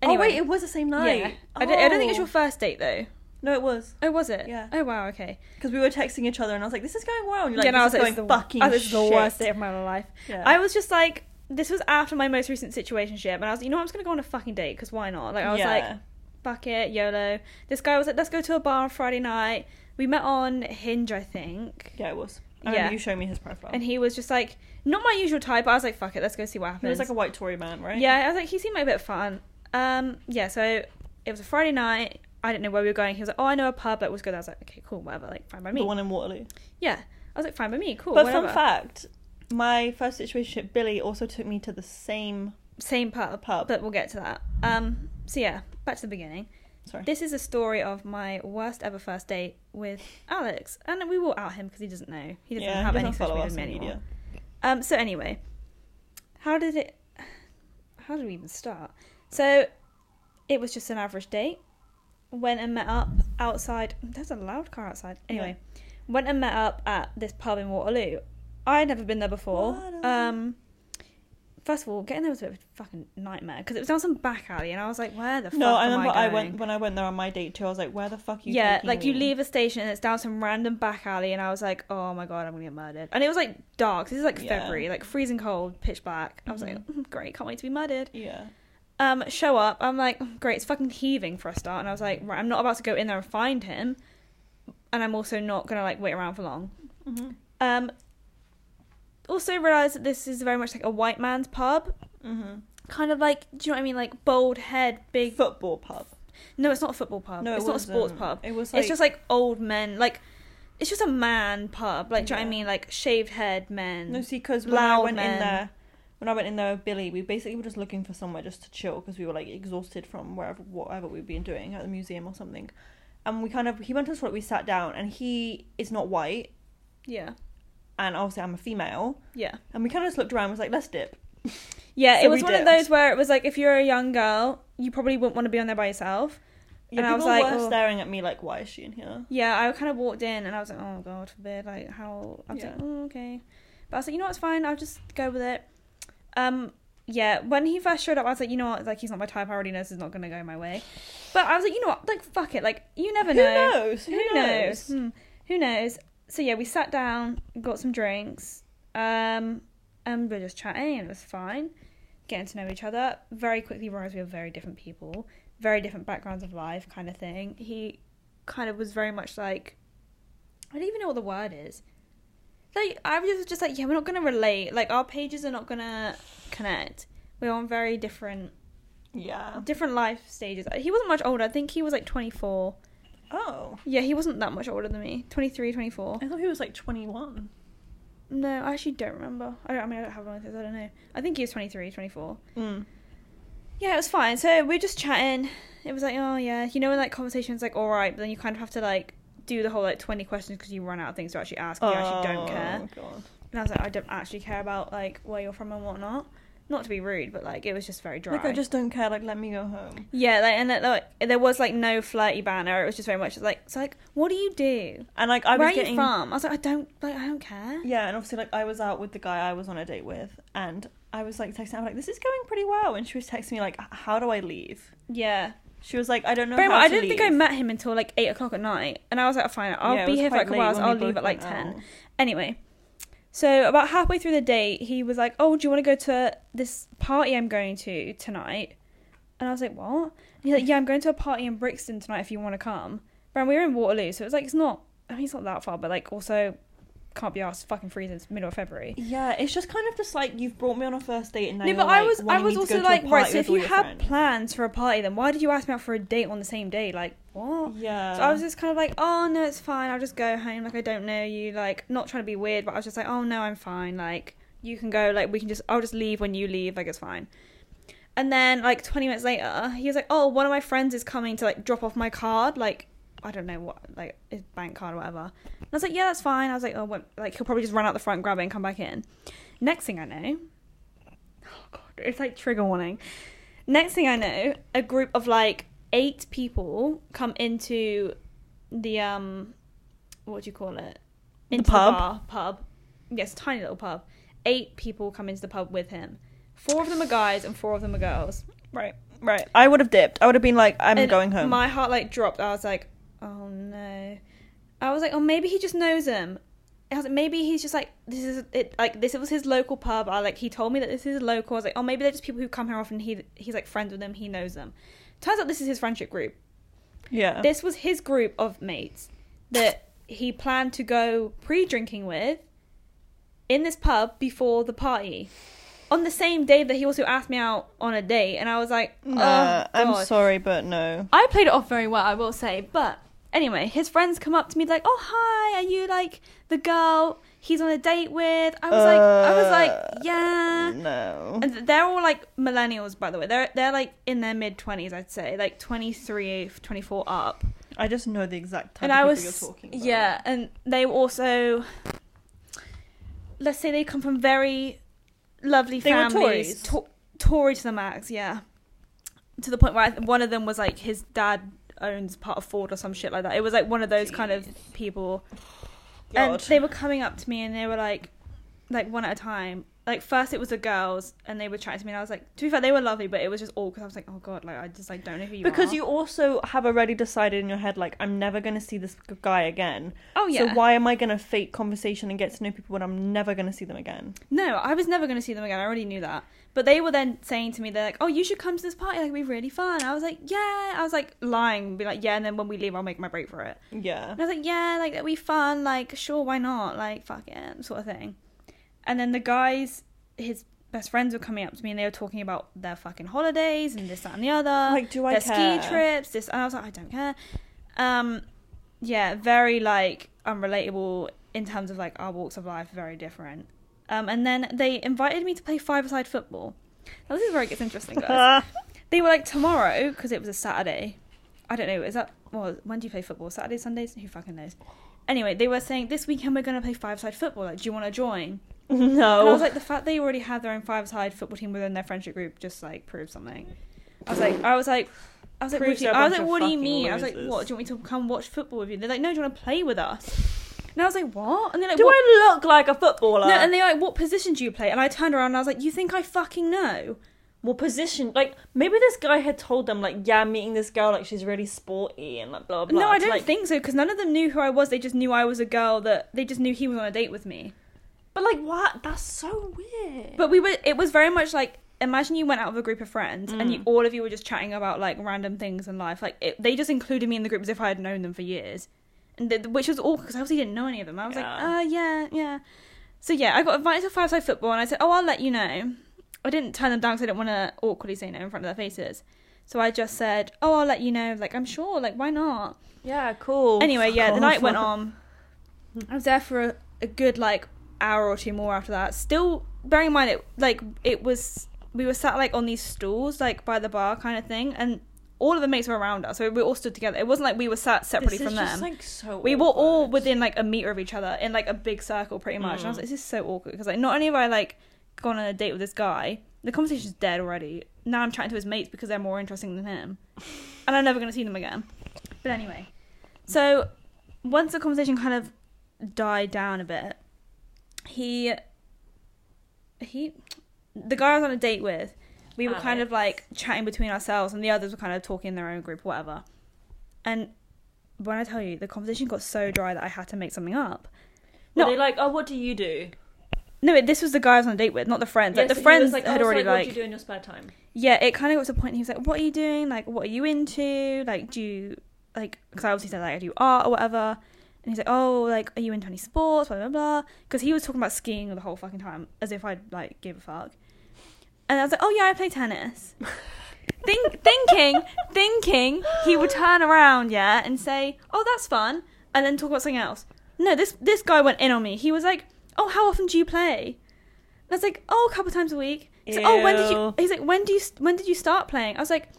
Speaker 1: Oh wait, it was the same night.
Speaker 2: yeah. I, don't, I don't think it's
Speaker 1: Oh.
Speaker 2: your first date though.
Speaker 1: No, it was
Speaker 2: Oh, was it?
Speaker 1: Yeah.
Speaker 2: Oh wow. Okay.
Speaker 1: because we were texting each other, and I was like, "This is going well." And you're like,
Speaker 2: Then I was
Speaker 1: "This
Speaker 2: like,
Speaker 1: is
Speaker 2: this
Speaker 1: going
Speaker 2: the-
Speaker 1: fucking
Speaker 2: oh, this is the
Speaker 1: shit."
Speaker 2: worst day of my life.
Speaker 1: Yeah.
Speaker 2: I was just like, this was after my most recent situationship, and I was, like, you know, what, I'm just gonna go on a fucking date because why not? Like, I was like,
Speaker 1: Yeah.
Speaker 2: fuck it, YOLO. This guy was like, let's go to a bar on Friday night. We met on Hinge, I think.
Speaker 1: yeah, it was. I
Speaker 2: Yeah.
Speaker 1: remember you showed me his profile,
Speaker 2: And he was just like, not my usual type. But I was like, fuck it, let's go see what happens.
Speaker 1: he was like a white Tory man, right?
Speaker 2: Yeah, I was like, he seemed like a bit of fun. Um, yeah, so it was a Friday night. I didn't know where we were going. He was like, oh, I know a pub that was good. I was like, okay, cool, whatever. Like, fine by me.
Speaker 1: the one in Waterloo.
Speaker 2: yeah, I was like, fine by me, cool.
Speaker 1: but
Speaker 2: whatever.
Speaker 1: fun fact, my first situation, Billy also took me to the same.
Speaker 2: same pub,
Speaker 1: Pub.
Speaker 2: but we'll get to that. Um, so yeah, back to the beginning.
Speaker 1: Sorry.
Speaker 2: This is a story of my worst ever first date with Alex, and we will out him because he doesn't know. He doesn't
Speaker 1: yeah,
Speaker 2: have
Speaker 1: he
Speaker 2: any
Speaker 1: doesn't
Speaker 2: social
Speaker 1: follow
Speaker 2: media,
Speaker 1: us on
Speaker 2: anymore.
Speaker 1: media.
Speaker 2: Um, so anyway, how did it? How did we even start? So, it was just an average date. Went and met up outside. There's a loud car outside. Anyway, went and met up at this pub in Waterloo. I'd never been there before.
Speaker 1: Waterloo.
Speaker 2: Um, first of all, getting there was a bit of a fucking nightmare because it was down some back alley, and I was like, "Where the fuck?"
Speaker 1: No, I
Speaker 2: am
Speaker 1: remember
Speaker 2: I,
Speaker 1: I,
Speaker 2: going?
Speaker 1: went when I went there on my date too. I was like, "Where the fuck are you?"
Speaker 2: yeah,
Speaker 1: taking
Speaker 2: like you
Speaker 1: me?"
Speaker 2: leave a station and it's down some random back alley, and I was like, oh my god, I'm gonna get murdered. And it was like dark. This is like
Speaker 1: Yeah. Mm-hmm.
Speaker 2: February, like freezing cold, pitch black. I was like, "Mm, great, can't wait to be murdered.
Speaker 1: Yeah,
Speaker 2: Um, show up. I'm like, "Mm, great, it's fucking heaving for a start. And I was like, right, I'm not about to go in there and find him, and I'm also not gonna like wait around for long.
Speaker 1: Mhm.
Speaker 2: Um, also realized that this is very much like a white man's pub,
Speaker 1: mm-hmm.
Speaker 2: kind of like, do you know what I mean? Like bald head, big.
Speaker 1: football pub.
Speaker 2: No, it's not a football pub.
Speaker 1: No, it
Speaker 2: it's not a sports
Speaker 1: wasn't.
Speaker 2: pub
Speaker 1: It was.
Speaker 2: it's just like old men like it's just a man pub like do you know what i
Speaker 1: Yeah.
Speaker 2: mean like shaved head men
Speaker 1: No, see, because when I
Speaker 2: Loud
Speaker 1: went
Speaker 2: men.
Speaker 1: in there, when I went in there with Billy, we basically were just looking for somewhere just to chill because we were like exhausted from wherever, whatever we'd been doing at the museum or something. And we kind of he went to the toilet. We sat down, and he is not white,
Speaker 2: yeah
Speaker 1: and obviously I'm a female.
Speaker 2: yeah
Speaker 1: And we kind of just looked around. and Was like, let's dip.
Speaker 2: yeah
Speaker 1: So
Speaker 2: it was
Speaker 1: we
Speaker 2: one of
Speaker 1: dipped.
Speaker 2: those where it was like if you're a young girl you probably wouldn't want to be on there by yourself
Speaker 1: Yeah,
Speaker 2: And I
Speaker 1: people
Speaker 2: was like,
Speaker 1: were
Speaker 2: oh.
Speaker 1: staring at me like, why is she in here?
Speaker 2: yeah i kind of walked in and i was like oh god forbid like how i was
Speaker 1: Yeah.
Speaker 2: like "Mm, okay but i was like you know what's fine i'll just go with it um yeah when he first showed up i was like you know what like he's not my type i already know this is not gonna go my way but i was like you know what like fuck it like you never
Speaker 1: Who
Speaker 2: know
Speaker 1: knows? Who,
Speaker 2: Who
Speaker 1: knows?
Speaker 2: knows? Hmm. Who knows? So yeah, we sat down, got some drinks, um, and we were just chatting, and it was fine, getting to know each other. Very quickly realized we were very different people, very different backgrounds of life, kind of thing. He kind of was very much like, I don't even know what the word is. Like I was just like, yeah, we're not gonna relate. Like our pages are not gonna connect. We're on very different,
Speaker 1: Yeah.
Speaker 2: different life stages. He wasn't much older. I think he was like twenty four.
Speaker 1: Oh,
Speaker 2: Yeah, he wasn't that much older than me. 23, 24.
Speaker 1: I thought he was like 21.
Speaker 2: No, I actually don't remember. I don't I mean I don't have one of those, I don't know. I think he was 23, 24.
Speaker 1: Mm.
Speaker 2: Yeah, it was fine. So we were just chatting. It was like, oh yeah, you know when like conversation's like all right, but then you kind of have to like do the whole like 20 questions because you run out of things to actually ask and you actually
Speaker 1: Oh.
Speaker 2: don't care.
Speaker 1: God.
Speaker 2: And I was like, I don't actually care about like where you're from and whatnot. Not to be rude, but like it was just very dry.
Speaker 1: Like I just don't care. Like let me go home.
Speaker 2: yeah, like and like there was like no flirty banner. It was just very much like it's like what do you do?
Speaker 1: And like I
Speaker 2: Where
Speaker 1: was
Speaker 2: are
Speaker 1: getting
Speaker 2: you from? I was like I don't like I don't care.
Speaker 1: Yeah, and obviously, like, I was out with the guy I was on a date with, and I was like texting, I'm like, this is going pretty well. And she was texting me, like, "H- how do I leave?
Speaker 2: Yeah.
Speaker 1: She was like, I don't know.
Speaker 2: Bear in
Speaker 1: how
Speaker 2: mind, I
Speaker 1: to
Speaker 2: didn't think I
Speaker 1: leave."
Speaker 2: met him until like eight o'clock at night, and I was like, "Oh, "Fine, I'll
Speaker 1: Yeah, it
Speaker 2: be
Speaker 1: was
Speaker 2: here for
Speaker 1: quite
Speaker 2: like a
Speaker 1: late
Speaker 2: while. so
Speaker 1: when we
Speaker 2: I'll leave
Speaker 1: both
Speaker 2: at like
Speaker 1: went
Speaker 2: ten.
Speaker 1: out.
Speaker 2: Anyway, so about halfway through the date, he was like, "Oh, do you want to go to this party I'm going to tonight?" And I was like, "What?" And he's like, "Yeah, I'm going to a party in Brixton tonight. If you want to come." But we were in Waterloo, so it was like it's not. I mean, it's not that far, but like also can't be asked. Fucking freezing. It's middle of February.
Speaker 1: Yeah, it's just kind of just like you've brought me on a first date, and now
Speaker 2: No,
Speaker 1: you're,
Speaker 2: but I
Speaker 1: like,
Speaker 2: was I
Speaker 1: wanting
Speaker 2: was
Speaker 1: me to go to
Speaker 2: also
Speaker 1: a
Speaker 2: like, right.
Speaker 1: party
Speaker 2: So
Speaker 1: with
Speaker 2: if
Speaker 1: all
Speaker 2: you
Speaker 1: your
Speaker 2: had
Speaker 1: friends.
Speaker 2: plans for a party, then why did you ask me out for a date on the same day? Like, what?
Speaker 1: yeah,
Speaker 2: So I was just kind of like, oh no, it's fine. I'll just go home. Like I don't know you. Like not trying to be weird, but I was just like, oh no, I'm fine. Like you can go. Like we can just. I'll just leave when you leave. Like it's fine. And then like 20 minutes later, he was like, "Oh, one of my friends is coming to like drop off my card, like I don't know what, like his bank card or whatever." And I was like, "Yeah, that's fine." I was like, "Oh, what? like he'll probably just run out the front, grab it, and come back in." Next thing I know, oh god, it's like trigger warning. Next thing I know, a group of like eight people come into the um, what do you call it? Into
Speaker 1: pub?
Speaker 2: bar, pub. Yes, tiny little pub. Eight people come into the pub with him. Four of them are guys and four of them are girls.
Speaker 1: Right, right. I would have dipped. I would have been like, I'm
Speaker 2: And
Speaker 1: going home.
Speaker 2: My heart like dropped. I was like, oh no. I was like, oh maybe he just knows him. I was like, maybe he's just like this is it like this was his local pub. I like he told me that this is local. I was like, oh maybe they're just people who come here often. He he's like friends with them. He knows them. Turns out this is his friendship group.
Speaker 1: yeah.
Speaker 2: This was his group of mates that he planned to go pre-drinking with in this pub before the party. On the same day that he also asked me out on a date, and I was like, oh,
Speaker 1: Nah, I'm
Speaker 2: God.
Speaker 1: sorry, but no.
Speaker 2: I played it off very well, I will say. But anyway, his friends come up to me like, "Oh, hi, are you like the girl he's on a date with?" I was like, I was
Speaker 1: Uh, mm.
Speaker 2: like, yeah.
Speaker 1: No.
Speaker 2: And th- they're all like millennials, by the way. They're they're like in their mid twenties, I'd say, like 23, 24 up.
Speaker 1: I just know the exact type
Speaker 2: and
Speaker 1: of
Speaker 2: I
Speaker 1: people
Speaker 2: was,
Speaker 1: you're talking about.
Speaker 2: yeah. And they were also, let's say, they come from very lovely
Speaker 1: They were Tories.
Speaker 2: families. To- Tory to the max, yeah. To the point where I th- one of them was like his dad owns part of Ford or some shit like that. It was like one of those kind of people. And
Speaker 1: God.
Speaker 2: they were coming up to me and they were like, like one at a time. Like first it was the girls and they were chatting to me and I was like, to be fair, they were lovely, but it was just all because I was like, oh god, like I just like don't know who you are.
Speaker 1: because you also have already decided in your head, like, I'm never going to see this g- guy again.
Speaker 2: oh yeah,
Speaker 1: So why am I going to fake conversation and get to know people when I'm never going to see them again?
Speaker 2: No, I was never going to see them again. I already knew that. But they were then saying to me, they're like, oh, you should come to this party. Like, it'd be really fun. I was like, yeah. I was like, lying, be like, yeah. And then when we leave, I'll make my break for it.
Speaker 1: Yeah.
Speaker 2: And I was like, yeah, like, that'd be fun. Like, sure, why not? Like, fuck it, sort of thing. And then the guys, his best friends were coming up to me and they were talking about their fucking holidays and this, that, and the other.
Speaker 1: Like, do I
Speaker 2: their
Speaker 1: care?
Speaker 2: ski trips, this. And I was like, I don't care. Um, yeah, very, like, unrelatable in terms of, like, our walks of life, very different. Um, and then they invited me to play five-a-side football. Now, this is where it
Speaker 1: *laughs*
Speaker 2: gets interesting, guys they were like tomorrow because it was a Saturday. I don't know. Is that well? When do you play football? Saturdays, Sundays? Who fucking knows? Anyway, they were saying this weekend we're gonna play five side football. Like, do you want to join? And
Speaker 1: no.
Speaker 2: I was like, the fact they already had their own five side football team within their friendship group just like proves something. I was like, I was like, I was like, what
Speaker 1: Proves
Speaker 2: do you,
Speaker 1: they're a
Speaker 2: I
Speaker 1: bunch
Speaker 2: was like,
Speaker 1: of
Speaker 2: what do you
Speaker 1: fucking
Speaker 2: mean? I was like,
Speaker 1: losers.
Speaker 2: what? Do you want me to come watch football with you? They're like, no, do you want to play with us? And I was like, what? And they're like,
Speaker 1: do
Speaker 2: what?
Speaker 1: I look like a footballer?
Speaker 2: No, and they're like, what position do you play? And I turned around and I was like, you think I fucking know?
Speaker 1: well, position like maybe this guy had told them like, yeah, I'm meeting this girl like she's really sporty and like blah blah.
Speaker 2: No, I
Speaker 1: It's
Speaker 2: don't
Speaker 1: like-
Speaker 2: think so because none of them knew who I was. They just knew I was a girl that they just knew he was on a date with me.
Speaker 1: But like, what? That's so weird.
Speaker 2: But we were. It was very much like imagine you went out with a group of friends and you, all of you were just chatting about like random things in life. Like it, they just included me in the group as if I had known them for years, and th- which was awkward because I obviously didn't know any of them. I was
Speaker 1: Yeah.
Speaker 2: like, uh, yeah, yeah. So yeah, I got invited to five side football and I said, oh, I'll let you know. I didn't turn them down because I didn't want to awkwardly say no in front of their faces. So I just said, oh, I'll let you know. Like I'm sure. Like why not?
Speaker 1: yeah, cool.
Speaker 2: anyway,
Speaker 1: Fuck
Speaker 2: yeah, the
Speaker 1: off. *laughs*
Speaker 2: night went on. I was there for a, a good like hour or two more after that. Still, bearing in mind it like it was we were sat like on these stools like by the bar kind of thing, and all of the mates were around us, so we all stood together. It wasn't like we were sat separately
Speaker 1: This is
Speaker 2: from
Speaker 1: just,
Speaker 2: them.
Speaker 1: like, so
Speaker 2: we were all
Speaker 1: awkward.
Speaker 2: within like a meter of each other in like a big circle, pretty much. And I was like, this is so awkward because like not only have I like gone on a date with this guy, the conversation's dead already. Now I'm chatting to his mates because they're more interesting than him, and I'm never gonna see them again. But anyway, so once the conversation kind of died down a bit, he he the guy I was on a date with, we were kind of like chatting between ourselves and the others were kind of talking in their own group, whatever. And when I tell you, the conversation got so dry that I had to make something up.
Speaker 1: Were
Speaker 2: No.
Speaker 1: they like, oh, what do you do?
Speaker 2: No, wait, this was the guy I was on a date with, not the friends. Like
Speaker 1: Yeah, so
Speaker 2: the
Speaker 1: he
Speaker 2: friends
Speaker 1: was like,
Speaker 2: had
Speaker 1: oh, so,
Speaker 2: already
Speaker 1: like, what do
Speaker 2: like,
Speaker 1: you do in your spare
Speaker 2: *laughs*
Speaker 1: time?
Speaker 2: yeah, it kind of got to the point. He was like, "What are you doing? Like, what are you into? Like, do you like?" Because I obviously said like I do art or whatever, and he's like, "Oh, like, are you into any sports? Blah blah blah." Because he was talking about skiing the whole fucking time, as if I'd like give a fuck. And I was like, "Oh yeah, I play tennis." Think, thinking, thinking, he would turn around, yeah, and say, "Oh, that's fun," and then talk about something else. No, this this guy went in on me. He was like, "Oh, how often do you play?" And I was like, oh, a couple times a week. He's like, oh, when did you?
Speaker 1: Ew.
Speaker 2: He's like, when do you? When did you start playing? I was like,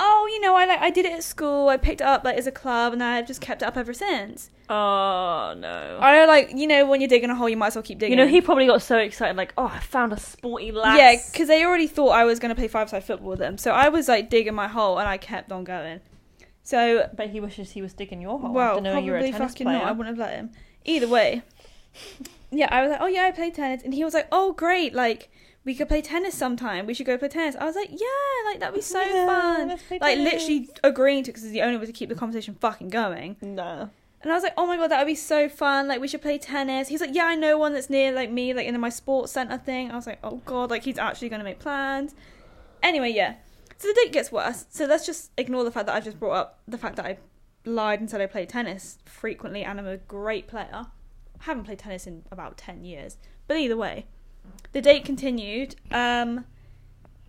Speaker 2: oh, you know, I like I did it at school. I picked it up like as a club, and I've just kept it up ever since.
Speaker 1: *gasps* Oh no.
Speaker 2: I know, like you know, when you're digging a hole, you might as well keep digging.
Speaker 1: you know, he probably got so excited, like, oh, I found a sporty lass.
Speaker 2: Yeah, because they already thought I was going to play five side football with them. So I was like digging my hole, and I kept on going. So
Speaker 1: but he wishes he was digging your hole.
Speaker 2: well,
Speaker 1: after knowing
Speaker 2: probably
Speaker 1: you were a tennis
Speaker 2: fucking
Speaker 1: player.
Speaker 2: not. I wouldn't have let him. Either way, yeah, I was like, oh yeah, I play tennis, and he was like, oh great, like we could play tennis sometime. We should go play tennis. I was like, yeah, like that'd be so
Speaker 1: Yeah,
Speaker 2: fun.
Speaker 1: let's play
Speaker 2: Like
Speaker 1: tennis.
Speaker 2: literally agreeing to because it's the only way to keep the conversation fucking going.
Speaker 1: No.
Speaker 2: And I was like, oh my god, that would be so fun. Like we should play tennis. He's like, yeah, I know one that's near like me, like in my sports center thing. I was like, oh god, like he's actually gonna make plans. Anyway, yeah. So the date gets worse. So let's just ignore the fact that I just brought up the fact that I lied and said I played tennis frequently and I'm a great player. I haven't played tennis in about ten years. But either way, the date continued. Um,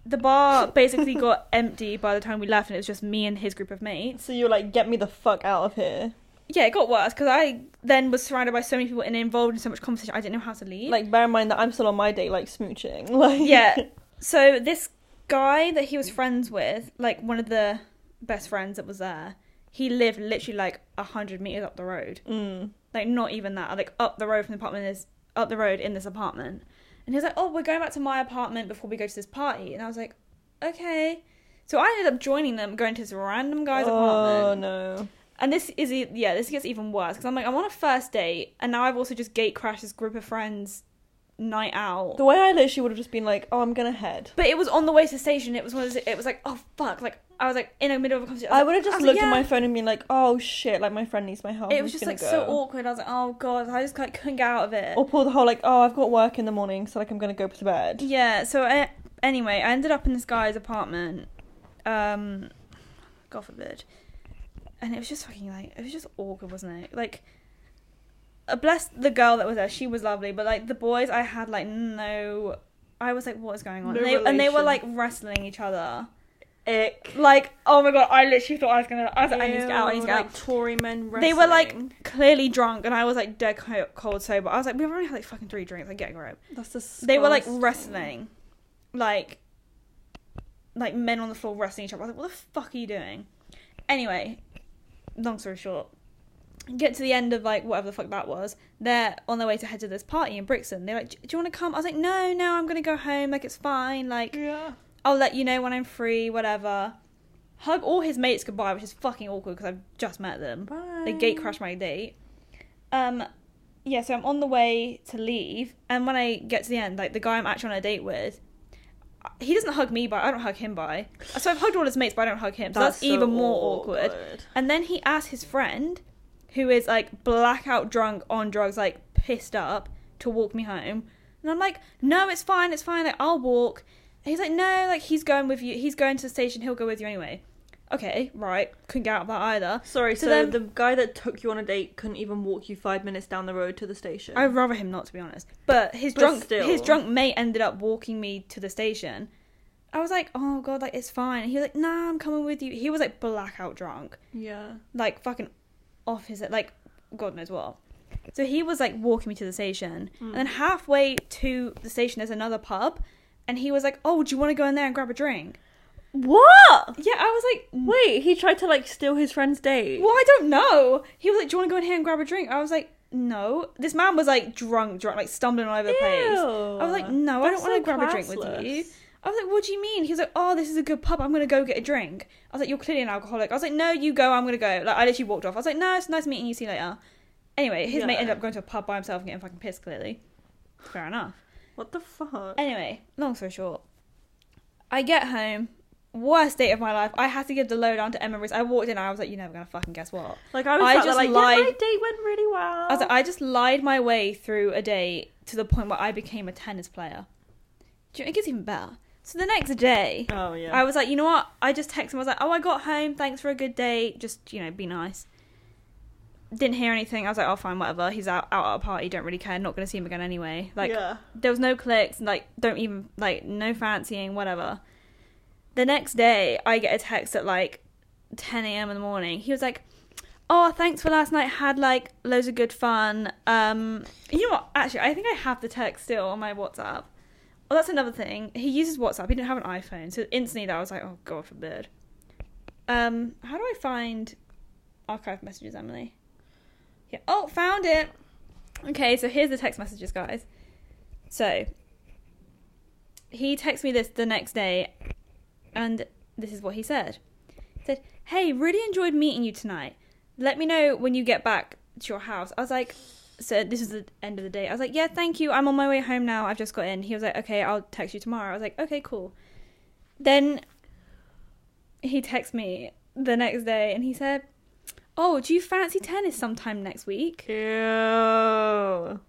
Speaker 2: the bar basically got empty by the time we left, and it was just me and his group of mates
Speaker 1: So you're like, get me the fuck out of here.
Speaker 2: yeah, it got worse because I then was surrounded by so many people and involved in so much conversation. I didn't know how to leave.
Speaker 1: Like, bear in mind that I'm still on my date, like smooching. *laughs* Like,
Speaker 2: yeah. So this guy that he was friends with, like one of the best friends that was there, he lived literally like a hundred meters up the road.
Speaker 1: Mm.
Speaker 2: Like not even that. Like up the road from the apartment is up the road in this apartment. And he was like, "Oh, we're going back to my apartment before we go to this party." And I was like, "Okay." So I ended up joining them, going to this random guy's apartment.
Speaker 1: oh no.
Speaker 2: And this is e- yeah, this gets even worse because I'm like I'm on a first date, and now I've also just gate crashed this group of friends night out.
Speaker 1: The way I literally would have just been like, oh, I'm gonna head.
Speaker 2: But it was on the way to the station. It was one of those, it was like oh fuck, like I was like in the middle of a conversation.
Speaker 1: I
Speaker 2: was
Speaker 1: would
Speaker 2: like-
Speaker 1: have just
Speaker 2: was like,
Speaker 1: looked at
Speaker 2: yeah.
Speaker 1: my phone and been like, oh shit, like my friend needs my help.
Speaker 2: It
Speaker 1: I'm
Speaker 2: was just
Speaker 1: gonna
Speaker 2: like so
Speaker 1: go.
Speaker 2: awkward. I was like oh god, I just like couldn't get out of it.
Speaker 1: Or pull the whole like, oh, I've got work in the morning, so like I'm gonna go to bed.
Speaker 2: Yeah. So I, anyway, I ended up in this guy's apartment. Um, God forbid. And it was just fucking like it was just awkward, wasn't it? Like, uh, bless the girl that was there. She was lovely, but like the boys, I had like no. I was like, what is going on?
Speaker 1: No
Speaker 2: and, they, and they were
Speaker 1: relation.
Speaker 2: like wrestling each other.
Speaker 1: Ick.
Speaker 2: Like, oh my god, I literally thought I was gonna. I was like, I need to get out. I need to get out.
Speaker 1: Like Tory men wrestling.
Speaker 2: They were like clearly drunk, and I was like dead co- cold sober. I was like, we've already had like fucking three drinks. Like, getting rope
Speaker 1: That's disgusting.
Speaker 2: they were like wrestling, like like men on the floor wrestling each other. I was like, what the fuck are you doing? Anyway, long story short, get to the end of like whatever the fuck that was. They're on their way to head to this party in Brixton. They're like, do you want to come? I was like, no, no, I'm gonna go home. Like it's fine. Like
Speaker 1: Yeah.
Speaker 2: I'll let you know when I'm free. Whatever. Hug all his mates goodbye, which is fucking awkward because I've just met them.
Speaker 1: Bye.
Speaker 2: They gate crashed my date. Um, yeah, so I'm on the way to leave, and when I get to the end, like the guy I'm actually on a date with, uh, he doesn't hug me by, I don't hug him by. So I've hugged all his mates, but I don't hug him. So that's,
Speaker 1: so
Speaker 2: even more awkward. And then he asked his friend, who is like blackout drunk on drugs, like pissed up, to walk me home. And I'm like, no, it's fine, it's fine, like I'll walk. And he's like, no, like he's going with you. He's going to the station. He'll go with you anyway. Okay, right. Couldn't get out of that either.
Speaker 1: Sorry,
Speaker 2: So
Speaker 1: so,
Speaker 2: then-
Speaker 1: the guy that took you on a date couldn't even walk you five minutes down the road to the station.
Speaker 2: I'd rather him not, to be honest. But his
Speaker 1: But
Speaker 2: drunk
Speaker 1: still.
Speaker 2: his drunk mate ended up walking me to the station. I was like, oh god, like it's fine. And he was like, nah, I'm coming with you. He was like blackout drunk,
Speaker 1: yeah.
Speaker 2: like fucking off his like god knows what. So he was like walking me to the station, and
Speaker 1: Hmm.
Speaker 2: then halfway to the station, there's another pub, and he was like, oh, do you want to go in there and grab a drink?
Speaker 1: What?
Speaker 2: Yeah, I was like,
Speaker 1: Wait, he tried to like steal his friend's date.
Speaker 2: Well, I don't know. He was like, "Do you want to go in here and grab a drink?" I was like, "No." This man was like drunk, drunk, like stumbling all over the place. I was like, "No, I don't
Speaker 1: That's
Speaker 2: want to
Speaker 1: so
Speaker 2: grab a drink with you."
Speaker 1: classless.
Speaker 2: I was like, "What do you mean?" He was like, "Oh, this is a good pub. I'm gonna go get a drink." I was like, "You're clearly an alcoholic." I was like, "No, you go. I'm gonna go." Like, I literally walked off. I was like, "No, it's nice meeting you. See you later." Anyway, his mate
Speaker 1: Yeah.
Speaker 2: ended up going to a pub by himself and getting fucking pissed. Clearly, fair enough.
Speaker 1: What the fuck?
Speaker 2: Anyway, long story short, I get home. Worst date of my life. I had to give the lowdown to Emma. Reese. I walked in. I was like, "You're never gonna fucking guess what."
Speaker 1: Like I was
Speaker 2: I
Speaker 1: sat there
Speaker 2: just
Speaker 1: like, yeah, my
Speaker 2: lied.
Speaker 1: date went really well.
Speaker 2: I was like, I just lied my way through a day to the point where I became a tennis player. Do you know, it gets even better. So the next day,
Speaker 1: oh yeah.
Speaker 2: I was like, you know what? I just texted him. I was like, oh, I got home. Thanks for a good day. Just, you know, be nice. Didn't hear anything. I was like, oh, fine, whatever. He's out, out at a party. Don't really care. Not going to see him again anyway. Like,
Speaker 1: yeah.
Speaker 2: there was no clicks like don't even like no fancying whatever the next day i get a text at like 10 a.m in the morning he was like oh thanks for last night had like loads of good fun um you know what actually i think i have the text still on my whatsapp Well, that's another thing. He uses WhatsApp. He didn't have an iPhone, so instantly that I was like, oh god forbid. Um, how do I find archive messages, Emily? Yeah. Oh, found it. Okay, so here's the text messages, guys. So he texted me this the next day, and this is what he said. He said, "Hey, really enjoyed meeting you tonight. Let me know when you get back to your house." I was like, "So this is the end of the day." I was like, "Yeah, thank you. I'm on my way home now. I've just got in." He was like, "Okay, I'll text you tomorrow." I was like, "Okay, cool." Then he texted me the next day, and he said, "Oh, do you fancy tennis sometime next week?
Speaker 1: Ew.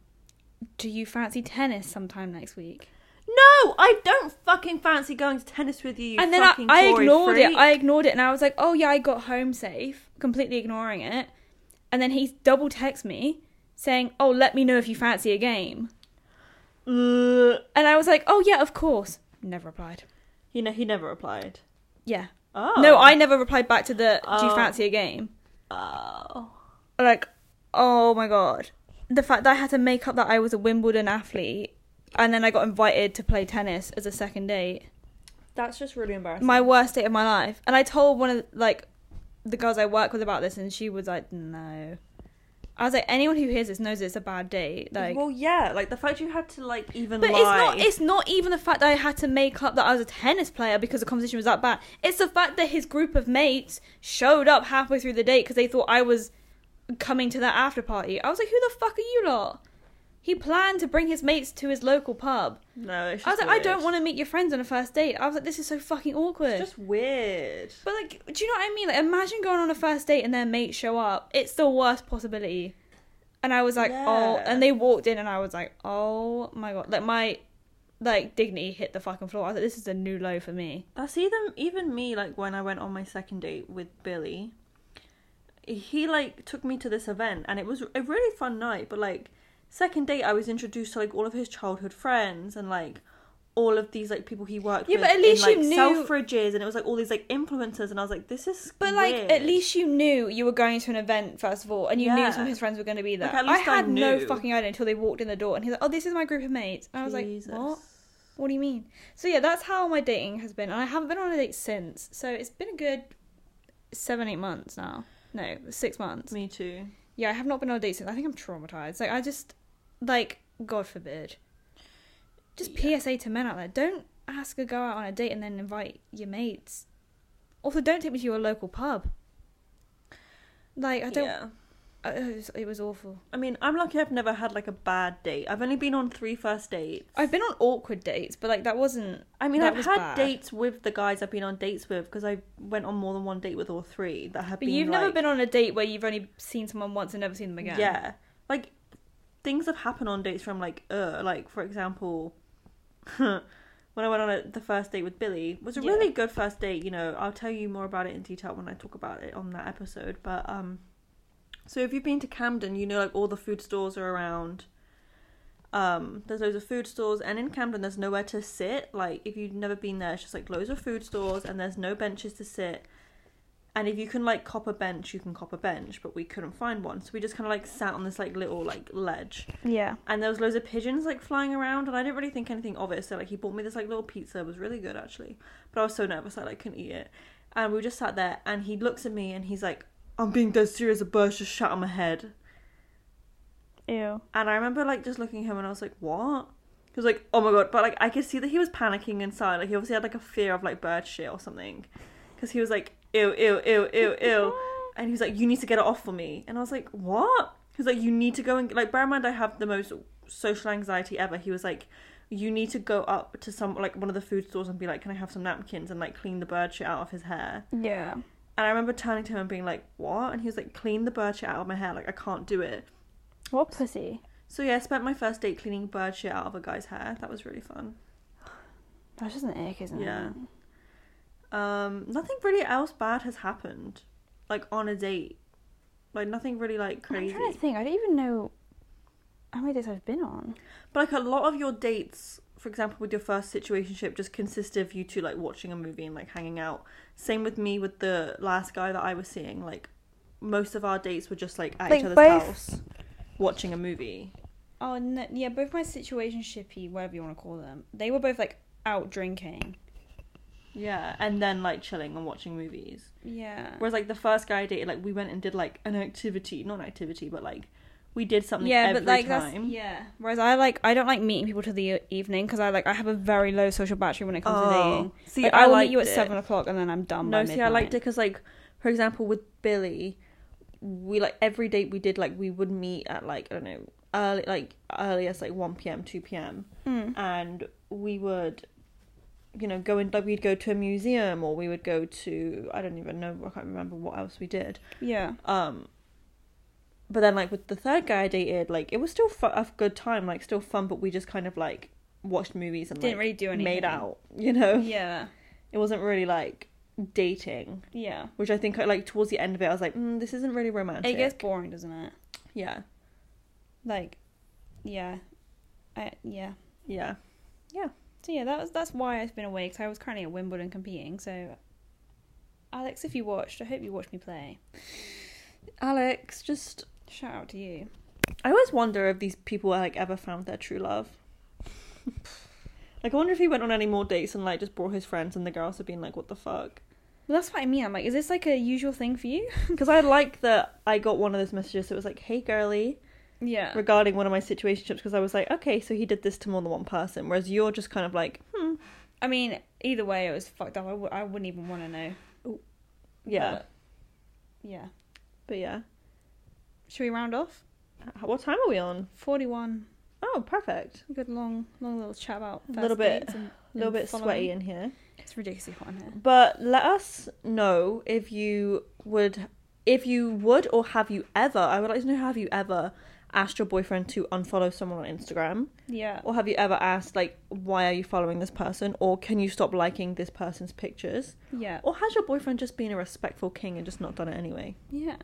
Speaker 2: Do you fancy tennis sometime next week?"
Speaker 1: No, I don't fucking fancy going to tennis with you. you
Speaker 2: and then I,
Speaker 1: fucking
Speaker 2: I
Speaker 1: Tory
Speaker 2: ignored it.
Speaker 1: freak.
Speaker 2: I ignored it, and I was like, "Oh yeah, I got home safe," completely ignoring it. And then he double texts me saying, "Oh, let me know if you fancy a game."
Speaker 1: Ugh.
Speaker 2: And I was like, "Oh yeah, of course." Never replied.
Speaker 1: You know, he never replied.
Speaker 2: Yeah.
Speaker 1: Oh.
Speaker 2: No, I never replied back to the "Do you
Speaker 1: Oh.
Speaker 2: fancy a game?"
Speaker 1: Oh.
Speaker 2: Like, oh my god, the fact that I had to make up that I was a Wimbledon athlete, and then I got invited to play tennis as a second date.
Speaker 1: That's just really embarrassing.
Speaker 2: my worst day of my life. And I told one of like the girls I work with about this, and she was like, "No." I was like, "Anyone who hears this knows it's a bad date." Like,
Speaker 1: well, yeah, like the fact you had to like even
Speaker 2: but
Speaker 1: lie.
Speaker 2: it's not. It's not even the fact that I had to make up that I was a tennis player because the conversation was that bad. It's the fact that his group of mates showed up halfway through the date because they thought I was coming to that after party. I was like, "Who the fuck are you lot?" He planned to bring his mates to his local pub.
Speaker 1: no, it's
Speaker 2: I was
Speaker 1: just
Speaker 2: like, "I don't want to meet your friends on a first date." I was like, "This is so fucking awkward."
Speaker 1: It's just weird.
Speaker 2: But like, do you know what I mean? Like, imagine going on a first date and their mates show up. It's the worst possibility. And I was like, oh,
Speaker 1: Yeah.
Speaker 2: and they walked in, and I was like, oh my god, like my, like dignity hit the fucking floor. I was like, this is a new low for me.
Speaker 1: That's even even me. Like when I went on my second date with Billy, he like took me to this event, and it was a really fun night. But like second date, I was introduced to like all of his childhood friends and like all of these like people he worked
Speaker 2: Yeah,
Speaker 1: with.
Speaker 2: but at least
Speaker 1: in, like,
Speaker 2: you knew-
Speaker 1: Selfridges, and it was like all these like influencers, and I was like, this is
Speaker 2: But like, at
Speaker 1: weird.
Speaker 2: least you knew you were going to an event first of all, and you knew
Speaker 1: Yeah.
Speaker 2: some of his friends were going to be there.
Speaker 1: Like, at
Speaker 2: I
Speaker 1: least I
Speaker 2: had no
Speaker 1: knew.
Speaker 2: fucking idea until they walked in the door, and he's like, oh, this is my group of mates, and I was
Speaker 1: Jesus.
Speaker 2: like, what? What do you mean? So yeah, that's how my dating has been, and I haven't been on a date since. So it's been a good seven, eight months now. No, six months.
Speaker 1: Me too.
Speaker 2: Yeah, I have not been on a date since. I think I'm traumatized. Like I just, like God forbid. Just PSA to men out there: don't ask a girl out on a date and then invite your mates. Also, don't take me to your local pub. Like I don't.
Speaker 1: Yeah.
Speaker 2: Uh, it, was, it was awful.
Speaker 1: I mean, I'm lucky I've never had like a bad date. I've only been on three first dates.
Speaker 2: I've been on awkward dates, but like that wasn't.
Speaker 1: I mean,
Speaker 2: that
Speaker 1: I've
Speaker 2: was
Speaker 1: had
Speaker 2: bad.
Speaker 1: dates with the guys I've been on dates with because I went on more than one date with all three that have
Speaker 2: But
Speaker 1: been.
Speaker 2: you've never
Speaker 1: like-
Speaker 2: been on a date where you've only seen someone once and never seen them again.
Speaker 1: Yeah, like things have happened on dates from like, uh, like for example, *laughs* when I went on a, the first date with Billy it was a
Speaker 2: Yeah.
Speaker 1: really good first date. You know, I'll tell you more about it in detail when I talk about it on that episode. But um, so if you've been to Camden, you know like all the food stores are around. Um, there's loads of food stores, and in Camden, there's nowhere to sit. Like, if you've never been there, it's just like loads of food stores, and there's no benches to sit. And if you can like cop a bench, you can cop a bench, but we couldn't find one, so we just kind of like sat on this like little like ledge,
Speaker 2: Yeah.
Speaker 1: and there was loads of pigeons like flying around, and I didn't really think anything of it. So like he bought me this like little pizza, it was really good actually, but I was so nervous I like couldn't eat it, and we just sat there, and he looks at me and he's like, "I'm being dead serious, a bird's just shot on my head,"
Speaker 2: Ew.
Speaker 1: And I remember like just looking at him and I was like, what? He was like, oh my god. But like I could see that he was panicking inside. Like he obviously had like a fear of like bird shit or something. Because he was like, ew, ew, ew, ew,
Speaker 2: *laughs*
Speaker 1: ew. and he was like, you need to get it off for me. And I was like, what? He was like, you need to go and like bear in mind I have the most social anxiety ever. He was like, you need to go up to some like one of the food stores and be like, can I have some napkins and like clean the bird shit out of his hair.
Speaker 2: Yeah.
Speaker 1: And I remember turning to him and being like, what? And he was like, clean the bird shit out of my hair. Like I can't do it.
Speaker 2: What pussy?
Speaker 1: So yeah, I spent my first date cleaning bird shit out of a guy's hair. That was really fun.
Speaker 2: That's just an ick, isn't
Speaker 1: Yeah. Um, nothing really else bad has happened, like on a date, like nothing really like crazy.
Speaker 2: I'm trying to think. I don't even know how many days I've been on.
Speaker 1: But like a lot of your dates, for example, with your first situationship, just consist of you two like watching a movie and like hanging out. Same with me with the last guy that I was seeing. Like most of our dates were just like at
Speaker 2: Like,
Speaker 1: each other's
Speaker 2: both-
Speaker 1: house, watching a movie.
Speaker 2: Oh no, yeah, both my situationshipy, whatever you want to call them, they were both like out drinking.
Speaker 1: Yeah, and then like chilling and watching movies.
Speaker 2: Yeah.
Speaker 1: Whereas like the first guy I dated, like we went and did like an activity, not an activity, but like we did something
Speaker 2: yeah,
Speaker 1: every
Speaker 2: but like that's
Speaker 1: time.
Speaker 2: yeah. Whereas I like I don't like meeting people till the e- evening because I like I have a very low social battery when it comes to
Speaker 1: Oh.
Speaker 2: dating.
Speaker 1: see,
Speaker 2: Like,
Speaker 1: I,
Speaker 2: Oh. I, will
Speaker 1: liked
Speaker 2: meet you at
Speaker 1: it.
Speaker 2: seven o'clock and then I'm done.
Speaker 1: No,
Speaker 2: by
Speaker 1: see, I
Speaker 2: midnight.
Speaker 1: liked it because, like, for example, with Billy, we like every date we did, like, we would meet at like I don't know, early, like earliest like one p.m., two p.m.,
Speaker 2: Mm.
Speaker 1: and we would, you know, go and like we'd go to a museum or we would go to I don't even know I can't remember what else we did. *laughs*
Speaker 2: Yeah.
Speaker 1: Um, but then like with the third guy I dated, like it was still fu- a good time, like still fun, but we just kind of like watched movies and
Speaker 2: Didn't
Speaker 1: like
Speaker 2: really do anything.
Speaker 1: made out, you know.
Speaker 2: Yeah.
Speaker 1: It wasn't really like dating
Speaker 2: Yeah.
Speaker 1: which I think like towards the end of it, I was like, mm, this isn't really romantic.
Speaker 2: It gets boring, doesn't it?
Speaker 1: yeah,
Speaker 2: Like, yeah, I yeah.
Speaker 1: yeah,
Speaker 2: So yeah, that was that's why I've been away because I was currently at Wimbledon competing. So, Alex, if you watched, I hope you watched me play.
Speaker 1: Alex, just
Speaker 2: Shout out to you.
Speaker 1: I always wonder if these people like ever found their true *laughs* love. like, I wonder if he went on any more dates and like just brought his friends, and the girls have been like, what the fuck? *laughs*
Speaker 2: Well, that's what I mean. I'm like, is this like a usual thing for you?
Speaker 1: Because I like that I got one of those messages. It was like, hey, girly,
Speaker 2: Yeah.
Speaker 1: regarding one of my situationships. Because I was like, okay, so he did this to more than one person. Whereas you're just kind of like, hmm,
Speaker 2: I mean, either way, it was fucked up. I w- I wouldn't even want to know.
Speaker 1: yeah,
Speaker 2: But- yeah.
Speaker 1: but yeah.
Speaker 2: Should we round off?
Speaker 1: H- What time are we on?
Speaker 2: Forty-one.
Speaker 1: Oh, perfect.
Speaker 2: Good long, long little chat about
Speaker 1: A
Speaker 2: first
Speaker 1: little bit-
Speaker 2: dates and-
Speaker 1: A little
Speaker 2: and
Speaker 1: bit
Speaker 2: following.
Speaker 1: sweaty in here.
Speaker 2: It's ridiculously hot in here.
Speaker 1: But let us know if you would, if you would, or have you ever. I would like to know have you ever asked your boyfriend to unfollow someone on Instagram,
Speaker 2: Yeah.
Speaker 1: or have you ever asked like, why are you following this person, or can you stop liking this person's pictures,
Speaker 2: Yeah.
Speaker 1: or has your boyfriend just been a respectful king and just not done it anyway?
Speaker 2: Yeah.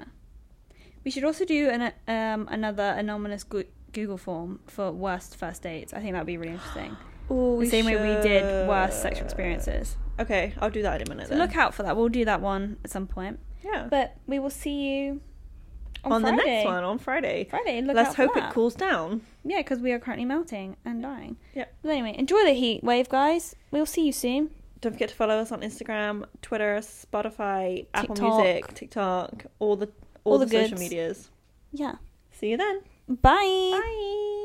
Speaker 2: We should also do an um another anonymous Goo- Google form for worst first dates. I think that'd be
Speaker 1: *gasps*
Speaker 2: really interesting.
Speaker 1: Oh,
Speaker 2: the same way we did worst sexual experiences.
Speaker 1: Okay, I'll do that in a minute.
Speaker 2: So
Speaker 1: then.
Speaker 2: look out for that. We'll do that one at some point.
Speaker 1: yeah,
Speaker 2: But we will see you on,
Speaker 1: on the
Speaker 2: Friday.
Speaker 1: next one on Friday.
Speaker 2: Friday. Look
Speaker 1: Let's
Speaker 2: out for
Speaker 1: hope
Speaker 2: that.
Speaker 1: it cools down.
Speaker 2: Yeah, because we are currently melting and dying.
Speaker 1: Yep.
Speaker 2: But anyway, enjoy the heat wave, guys. We'll see you soon.
Speaker 1: Don't forget to follow us on Instagram, Twitter, Spotify, Apple
Speaker 2: TikTok.
Speaker 1: Music, TikTok, all the all,
Speaker 2: All
Speaker 1: the,
Speaker 2: the
Speaker 1: social
Speaker 2: goods.
Speaker 1: medias.
Speaker 2: Yeah.
Speaker 1: See you then.
Speaker 2: Bye.
Speaker 1: Bye.